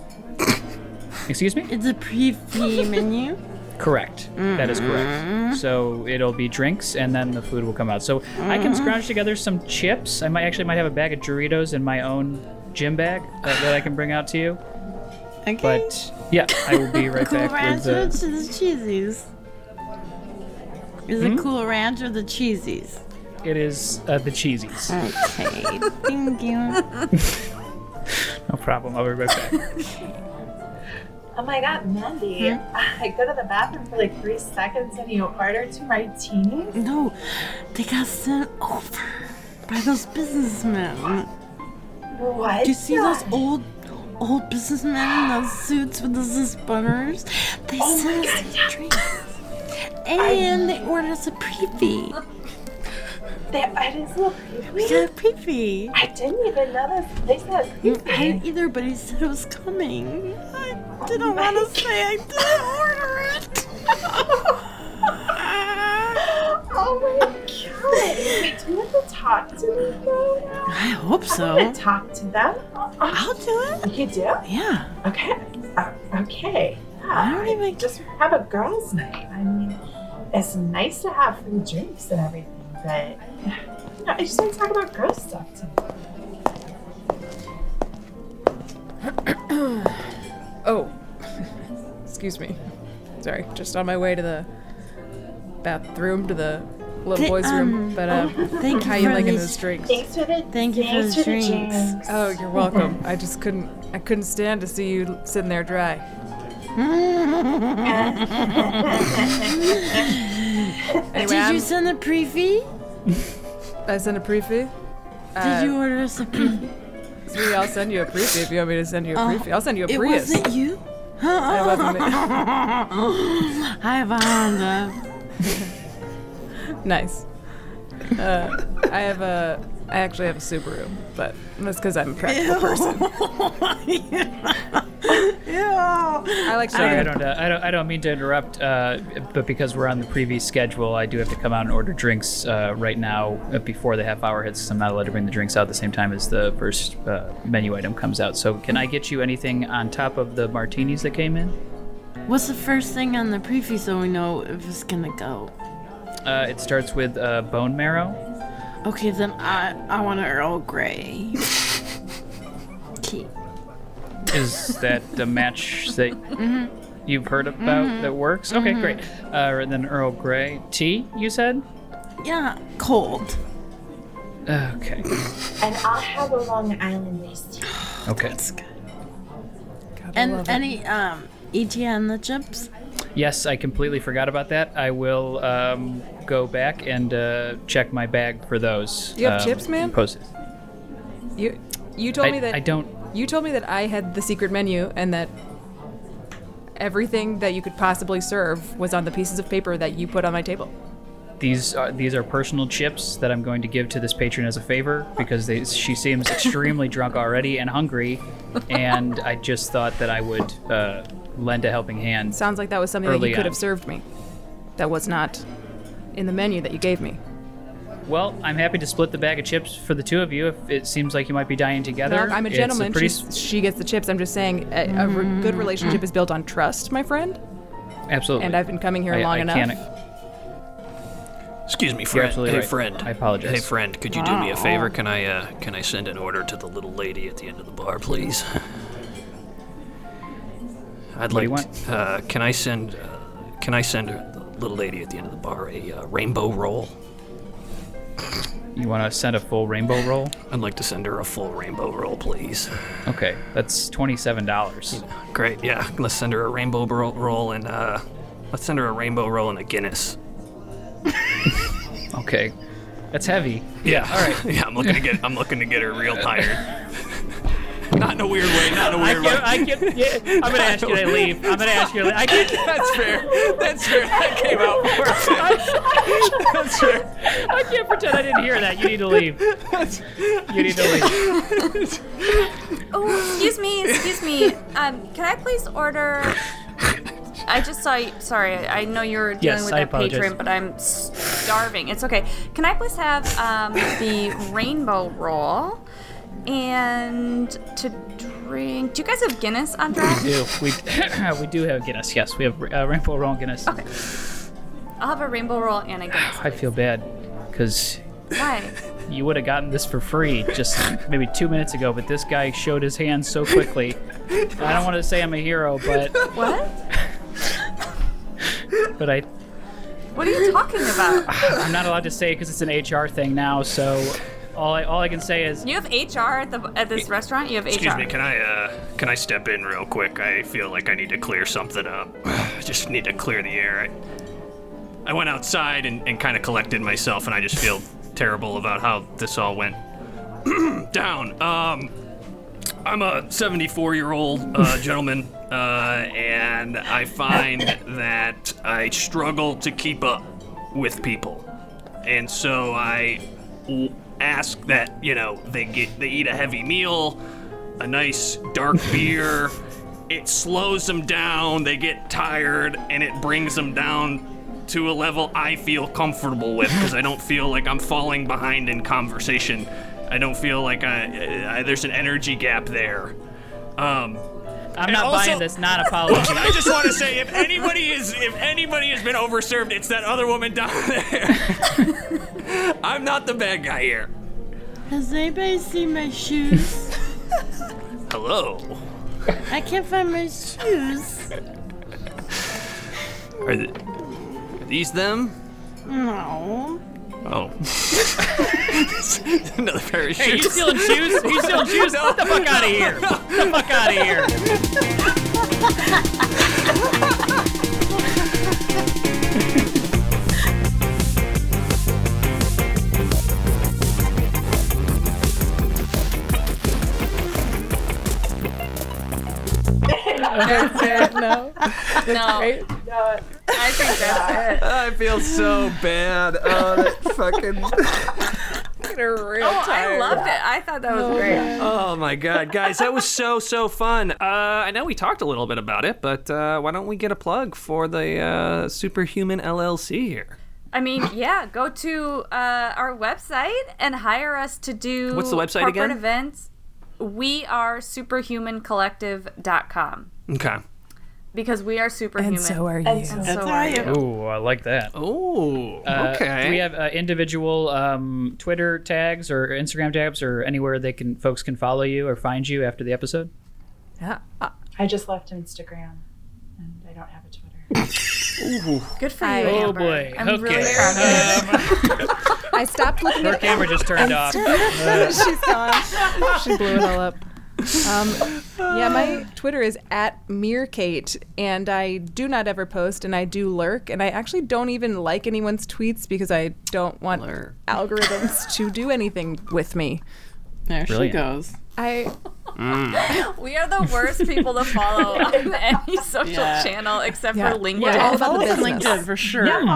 [SPEAKER 1] excuse me?
[SPEAKER 7] It's a pre-fee menu.
[SPEAKER 1] Correct. That is correct. So it'll be drinks, and then the food will come out. So I can scrounge together some chips. I might actually might have a bag of Doritos in my own gym bag that, that I can bring out to you.
[SPEAKER 7] Okay.
[SPEAKER 1] But yeah, I will be right
[SPEAKER 7] cool
[SPEAKER 1] back
[SPEAKER 7] ranch
[SPEAKER 1] with
[SPEAKER 7] or
[SPEAKER 1] the.
[SPEAKER 7] the cheesies? Is it cool ranch or the cheesies?
[SPEAKER 1] It is uh, the cheesies.
[SPEAKER 7] Okay. Thank you.
[SPEAKER 1] No problem. I'll be right back.
[SPEAKER 6] Oh my god, Mandy, I go to the bathroom for like three seconds and you order two martinis?
[SPEAKER 7] No, they got sent over by those businessmen.
[SPEAKER 6] What?
[SPEAKER 7] Do you see those old, old businessmen in those suits with those butters? They sent us drinks. And they ordered us a pre-fee.
[SPEAKER 6] They, I didn't see a
[SPEAKER 7] We
[SPEAKER 6] preview.
[SPEAKER 7] got a pre-fee.
[SPEAKER 6] I didn't even know this. They said a
[SPEAKER 7] I
[SPEAKER 6] preview.
[SPEAKER 7] didn't either, but he said it was coming. I didn't want to say I didn't order it.
[SPEAKER 6] oh my god. Wait, do you have to talk to me though now?
[SPEAKER 7] I hope
[SPEAKER 6] I'm gonna
[SPEAKER 7] so.
[SPEAKER 6] talk to them. Oh,
[SPEAKER 7] I'll do it.
[SPEAKER 6] you do?
[SPEAKER 7] Yeah.
[SPEAKER 6] Okay. Uh, okay.
[SPEAKER 7] I
[SPEAKER 6] Yeah.
[SPEAKER 7] don't even
[SPEAKER 6] Just have a girls' night. I mean, it's nice to have free drinks and everything, but no, I just want to talk about girl stuff tonight.
[SPEAKER 4] Oh, excuse me. Sorry, just on my way to the bathroom to the little
[SPEAKER 7] Th-
[SPEAKER 4] boys' room.
[SPEAKER 7] um,
[SPEAKER 4] But uh,
[SPEAKER 7] Thank you
[SPEAKER 4] how you
[SPEAKER 7] for
[SPEAKER 4] liking
[SPEAKER 7] these-
[SPEAKER 4] those drinks?
[SPEAKER 6] Thanks for the
[SPEAKER 7] Thank you for
[SPEAKER 6] thanks
[SPEAKER 7] the
[SPEAKER 6] for the
[SPEAKER 7] drinks.
[SPEAKER 6] drinks.
[SPEAKER 4] Oh, you're welcome. I just couldn't. I couldn't stand to see you sitting there dry. anyway,
[SPEAKER 7] Did you
[SPEAKER 4] I'm-
[SPEAKER 7] send a pre-fee?
[SPEAKER 4] I sent a pre-fee.
[SPEAKER 7] Did you order us a pre-fee?
[SPEAKER 4] Sweetie, I'll send you a pre-fee if you want me to send you a pre-fee. I'll send you a
[SPEAKER 7] It
[SPEAKER 4] Prius.
[SPEAKER 7] wasn't you?
[SPEAKER 4] I wasn't it.
[SPEAKER 7] I have a Honda.
[SPEAKER 4] Nice. Uh, I have a I actually have a Subaru, but that's because I'm a practical person. I like
[SPEAKER 1] Sorry, I
[SPEAKER 4] to.
[SPEAKER 1] don't, uh, I don't. I don't mean to interrupt, uh, but because we're on the previous schedule, I do have to come out and order drinks uh, right now uh, before the half hour hits. 'cause I'm not allowed to bring the drinks out at the same time as the first uh, menu item comes out. So, can I get you anything on top of the martinis that came in?
[SPEAKER 7] What's the first thing on the preview so we know if it's gonna go?
[SPEAKER 1] Uh, it starts with uh, bone marrow.
[SPEAKER 7] Okay, then I I want an Earl Grey. Tea.
[SPEAKER 1] Is that the match that
[SPEAKER 6] Mm-hmm.
[SPEAKER 1] you've heard about that works? Okay, great. Uh, and then Earl Grey tea. You said.
[SPEAKER 7] yeah, cold.
[SPEAKER 1] Okay.
[SPEAKER 6] And I'll have a Long Island iced tea.
[SPEAKER 1] Okay.
[SPEAKER 7] And any um ETN the chips?
[SPEAKER 1] Yes, I completely forgot about that. I will um, go back and uh, check my bag for those.
[SPEAKER 4] You have
[SPEAKER 1] um,
[SPEAKER 4] chips, man?
[SPEAKER 1] Post-
[SPEAKER 4] You, you told
[SPEAKER 1] I,
[SPEAKER 4] me that
[SPEAKER 1] I don't.
[SPEAKER 4] You told me that I had the secret menu and that everything that you could possibly serve was on the pieces of paper that you put on my table.
[SPEAKER 1] These are these are personal chips that I'm going to give to this patron as a favor because they, she seems extremely drunk already and hungry, and I just thought that I would uh, lend a helping hand.
[SPEAKER 4] Sounds like that was something that
[SPEAKER 1] Early
[SPEAKER 4] you could
[SPEAKER 1] on.
[SPEAKER 4] have served me. That was not in the menu that you gave me.
[SPEAKER 1] Well, I'm happy to split the bag of chips for the two of you if it seems like you might be dying together.
[SPEAKER 4] Doc, I'm a
[SPEAKER 1] It's
[SPEAKER 4] gentleman.
[SPEAKER 1] pretty Mm-hmm.
[SPEAKER 4] She's- she gets the chips. I'm just saying a, a re- good relationship is built on trust, my friend.
[SPEAKER 1] s- absolutely.
[SPEAKER 4] And I've been coming here
[SPEAKER 1] I-
[SPEAKER 4] long
[SPEAKER 1] I
[SPEAKER 4] enough.
[SPEAKER 1] can't-
[SPEAKER 8] Excuse me, friend.
[SPEAKER 1] absolutely
[SPEAKER 8] Hey,
[SPEAKER 1] right.
[SPEAKER 8] friend.
[SPEAKER 1] I apologize.
[SPEAKER 8] Hey, friend. Could you do me a favor? Can I uh, can I send an order to the little lady at the end of the bar, please? I'd
[SPEAKER 1] What do
[SPEAKER 8] like.
[SPEAKER 1] you
[SPEAKER 8] to- uh, can I send? Uh, can I send her, the little lady at the end of the bar a uh, rainbow roll?
[SPEAKER 1] You want to send a full rainbow roll?
[SPEAKER 8] I'd like to send her a full rainbow roll, please.
[SPEAKER 1] Okay, that's twenty-seven dollars.
[SPEAKER 8] Great. Yeah. Let's send her a rainbow bro- roll and uh, let's send her a rainbow roll and a Guinness.
[SPEAKER 1] Okay, that's heavy.
[SPEAKER 8] Yeah. All right. yeah. I'm looking to get. I'm looking to get her real tired. not in a weird way. Not in a weird way.
[SPEAKER 1] I can. Yeah, I'm gonna ask you to leave. I'm gonna ask you. To leave. I can.
[SPEAKER 8] That's fair. That's fair. That came out perfect. That's fair.
[SPEAKER 1] I can't pretend I didn't hear that. You need to leave. You need to leave.
[SPEAKER 3] Oh, excuse me, excuse me. Um, can I please order? I just saw. You, sorry, I know you're dealing
[SPEAKER 1] Yes,
[SPEAKER 3] with
[SPEAKER 1] I
[SPEAKER 3] that patron,
[SPEAKER 1] apologize.
[SPEAKER 3] but I'm starving. It's okay. Can I please have um, the rainbow roll and to drink? Do you guys have Guinness on draft?
[SPEAKER 1] Do we? we do have Guinness. Yes, we have uh, rainbow roll and Guinness.
[SPEAKER 3] Okay. I'll have a rainbow roll and a Guinness.
[SPEAKER 1] I feel bad because
[SPEAKER 3] Why?
[SPEAKER 1] you would have gotten this for free just maybe two minutes ago, but this guy showed his hand so quickly. I don't want to say I'm a hero, but
[SPEAKER 3] What?
[SPEAKER 1] but I
[SPEAKER 3] What are you talking about?
[SPEAKER 1] I'm not allowed to say because it's an HR thing now. So all I all I can say is
[SPEAKER 3] You have HR at the at this restaurant. You have
[SPEAKER 8] Excuse
[SPEAKER 3] HR.
[SPEAKER 8] me. Can I uh can I step in real quick? I feel like I need to clear something up. I just need to clear the air. I, I went outside and, and kind of collected myself, and I just feel terrible about how this all went down. Um, I'm a 74 year old uh, gentleman, uh, and I find that I struggle to keep up with people. And so I w- ask that, you know, they get they eat a heavy meal, a nice dark beer. It slows them down, they get tired, and it brings them down to a level I feel comfortable with because I don't feel like I'm falling behind in conversation. I don't feel like I, I there's an energy gap there. Um,
[SPEAKER 1] I'm not
[SPEAKER 8] also-
[SPEAKER 1] buying this non-apology.
[SPEAKER 8] I just want to say, if anybody is, if anybody has been overserved, it's that other woman down there. I'm not the bad guy here.
[SPEAKER 7] Has anybody seen my shoes?
[SPEAKER 8] Hello.
[SPEAKER 7] I can't find my shoes.
[SPEAKER 8] Are, th- are these them?
[SPEAKER 7] No.
[SPEAKER 8] Oh. Another pair of shoes.
[SPEAKER 1] Are you stealing shoes? Are you stealing shoes? Get the fuck out of here! Get the fuck out of here!
[SPEAKER 4] no.
[SPEAKER 3] No,
[SPEAKER 6] No,
[SPEAKER 3] I think that's it.
[SPEAKER 2] I feel so bad. Oh, that fucking.
[SPEAKER 10] are real
[SPEAKER 3] Oh, I
[SPEAKER 10] tired.
[SPEAKER 3] loved it. I thought that was great.
[SPEAKER 2] Oh my god, guys, that was so so fun. Uh, I know we talked a little bit about it, but uh, why don't we get a plug for the uh, Superhuman LLC here?
[SPEAKER 3] I mean, yeah, go to uh, our website and hire us to do
[SPEAKER 2] What's the website
[SPEAKER 3] corporate
[SPEAKER 2] again?
[SPEAKER 3] events. We are superhumancollective.com
[SPEAKER 2] Okay.
[SPEAKER 3] because we are superhuman.
[SPEAKER 4] And so are you.
[SPEAKER 6] And so,
[SPEAKER 3] So
[SPEAKER 7] I
[SPEAKER 3] are
[SPEAKER 7] am.
[SPEAKER 1] Ooh, I like that.
[SPEAKER 2] Oh,
[SPEAKER 1] Uh,
[SPEAKER 2] okay.
[SPEAKER 1] Do we have uh, individual um, Twitter tags or Instagram tags or anywhere they can folks can follow you or find you after the episode?
[SPEAKER 6] I just left Instagram, and I don't have a Twitter.
[SPEAKER 3] Good for you.
[SPEAKER 4] I-
[SPEAKER 1] Oh
[SPEAKER 3] Amber.
[SPEAKER 1] boy.
[SPEAKER 3] I'm
[SPEAKER 1] okay.
[SPEAKER 3] really proud of you.
[SPEAKER 4] I stopped looking
[SPEAKER 1] Her
[SPEAKER 4] at
[SPEAKER 1] camera just turned off.
[SPEAKER 4] She's gone. She blew it all up. Um, yeah, my Twitter is at meerkate, and I do not ever post, and I do lurk, and I actually don't even like anyone's tweets because I don't want algorithms to do anything with me.
[SPEAKER 7] There
[SPEAKER 1] Brilliant.
[SPEAKER 7] she goes.
[SPEAKER 4] I
[SPEAKER 3] We are the worst people to follow on any social
[SPEAKER 7] Yeah.
[SPEAKER 3] channel except
[SPEAKER 4] Yeah.
[SPEAKER 3] for LinkedIn.
[SPEAKER 4] Yeah, all about
[SPEAKER 7] Follow
[SPEAKER 4] the
[SPEAKER 7] us on
[SPEAKER 4] business.
[SPEAKER 7] LinkedIn for sure.
[SPEAKER 1] Hmm.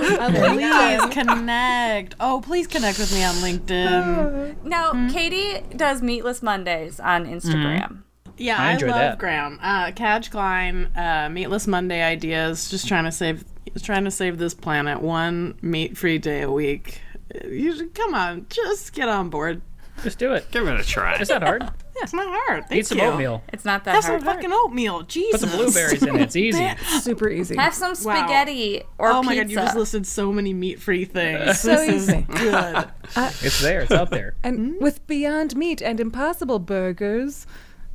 [SPEAKER 7] Please connect. Oh, please connect with me on LinkedIn.
[SPEAKER 3] Now, Katie does Meatless Mondays on Instagram.
[SPEAKER 7] Yeah,
[SPEAKER 1] I
[SPEAKER 7] I,
[SPEAKER 1] enjoy
[SPEAKER 7] love
[SPEAKER 1] that.
[SPEAKER 7] Graham. Uh, Catch Klein, uh, Meatless Monday ideas. Just trying to save, trying to save this planet one meat-free day a week. Uh, You should, come on, just get on board.
[SPEAKER 1] Just do it.
[SPEAKER 8] Give it a try.
[SPEAKER 1] It's not hard.
[SPEAKER 7] That's my heart. Thank
[SPEAKER 1] Eat some
[SPEAKER 7] you.
[SPEAKER 1] oatmeal.
[SPEAKER 3] It's not that
[SPEAKER 7] Have some
[SPEAKER 3] hard.
[SPEAKER 7] fucking oatmeal. Jesus.
[SPEAKER 1] Put some blueberries in it. It's easy.
[SPEAKER 4] super easy.
[SPEAKER 3] Have some
[SPEAKER 7] Wow.
[SPEAKER 3] spaghetti or
[SPEAKER 7] Oh
[SPEAKER 3] pizza.
[SPEAKER 7] my god, you just listed so many meat-free things.
[SPEAKER 4] So
[SPEAKER 7] this
[SPEAKER 4] easy.
[SPEAKER 7] is good.
[SPEAKER 1] It's there. It's out there.
[SPEAKER 4] And with Beyond Meat and Impossible Burgers,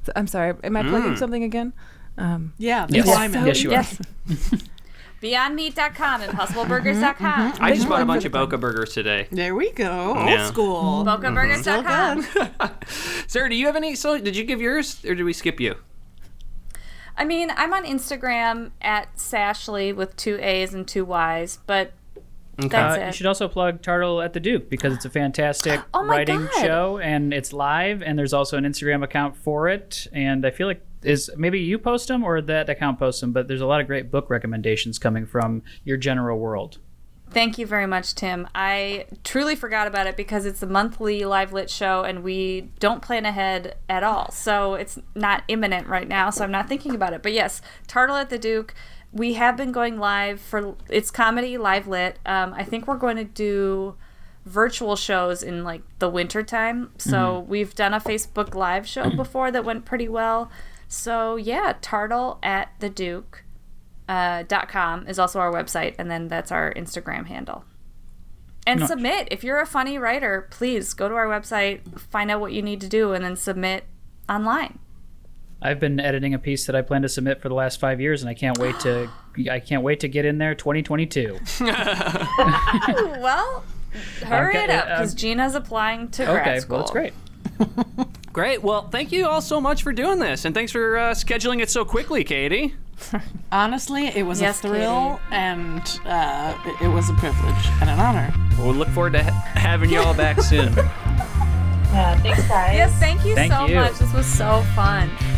[SPEAKER 4] so- I'm sorry, am I plugging something again? Um,
[SPEAKER 7] Yeah, the
[SPEAKER 1] Yes.
[SPEAKER 7] climate.
[SPEAKER 1] Yes, Mm-hmm, you are.
[SPEAKER 3] BeyondMeat.com and PossibleBurgers.com.
[SPEAKER 1] mm-hmm.
[SPEAKER 8] I just bought a bunch of Boca burgers today.
[SPEAKER 7] There we go. Old
[SPEAKER 8] Yeah.
[SPEAKER 7] school.
[SPEAKER 3] BocaBurgers.com.
[SPEAKER 2] Sarah, do you have any? So, did you give yours, or did we skip you?
[SPEAKER 3] I mean, I'm on Instagram at Sashly with two A's and two Y's, but that's
[SPEAKER 1] Uh, you
[SPEAKER 3] it.
[SPEAKER 1] should also plug Turtle at the Duke because it's a fantastic
[SPEAKER 3] Oh my
[SPEAKER 1] writing
[SPEAKER 3] God.
[SPEAKER 1] show and it's live and there's also an Instagram account for it and I feel like is maybe you post them or that account posts them but there's a lot of great book recommendations coming from your general world.
[SPEAKER 3] Thank you very much, Tim. I truly forgot about it because it's a monthly live lit show and we don't plan ahead at all. So it's not imminent right now, so I'm not thinking about it. But yes, Tartle at the Duke. We have been going live for it's comedy live lit. Um, I think we're going to do virtual shows in like the winter time. So we've done a Facebook live show before that went pretty well. So yeah, Tartle at the Duke uh, dot .com is also our website, and then that's our Instagram handle. And
[SPEAKER 1] Nice.
[SPEAKER 3] submit if you're a funny writer. Please go to our website, find out what you need to do, and then submit online.
[SPEAKER 1] I've been editing a piece that I plan to submit for the last 5 years and I can't wait to I can't wait to get in there 2022.
[SPEAKER 3] Well, hurry
[SPEAKER 1] Okay,
[SPEAKER 3] it up
[SPEAKER 1] uh,
[SPEAKER 3] because Gina's applying to grad
[SPEAKER 1] Okay,
[SPEAKER 3] school.
[SPEAKER 1] well it's great.
[SPEAKER 2] Great. Well, thank you all so much for doing this, and thanks for uh, scheduling it so quickly, Katie.
[SPEAKER 7] Honestly, it was
[SPEAKER 3] Yes,
[SPEAKER 7] a thrill and uh, it- it was a privilege and an honor.
[SPEAKER 2] We'll look forward to ha- having you all back soon.
[SPEAKER 6] Yeah, Uh, thanks, guys.
[SPEAKER 3] Yes, thank you
[SPEAKER 1] Thank
[SPEAKER 3] so
[SPEAKER 1] you.
[SPEAKER 3] much. This was so fun.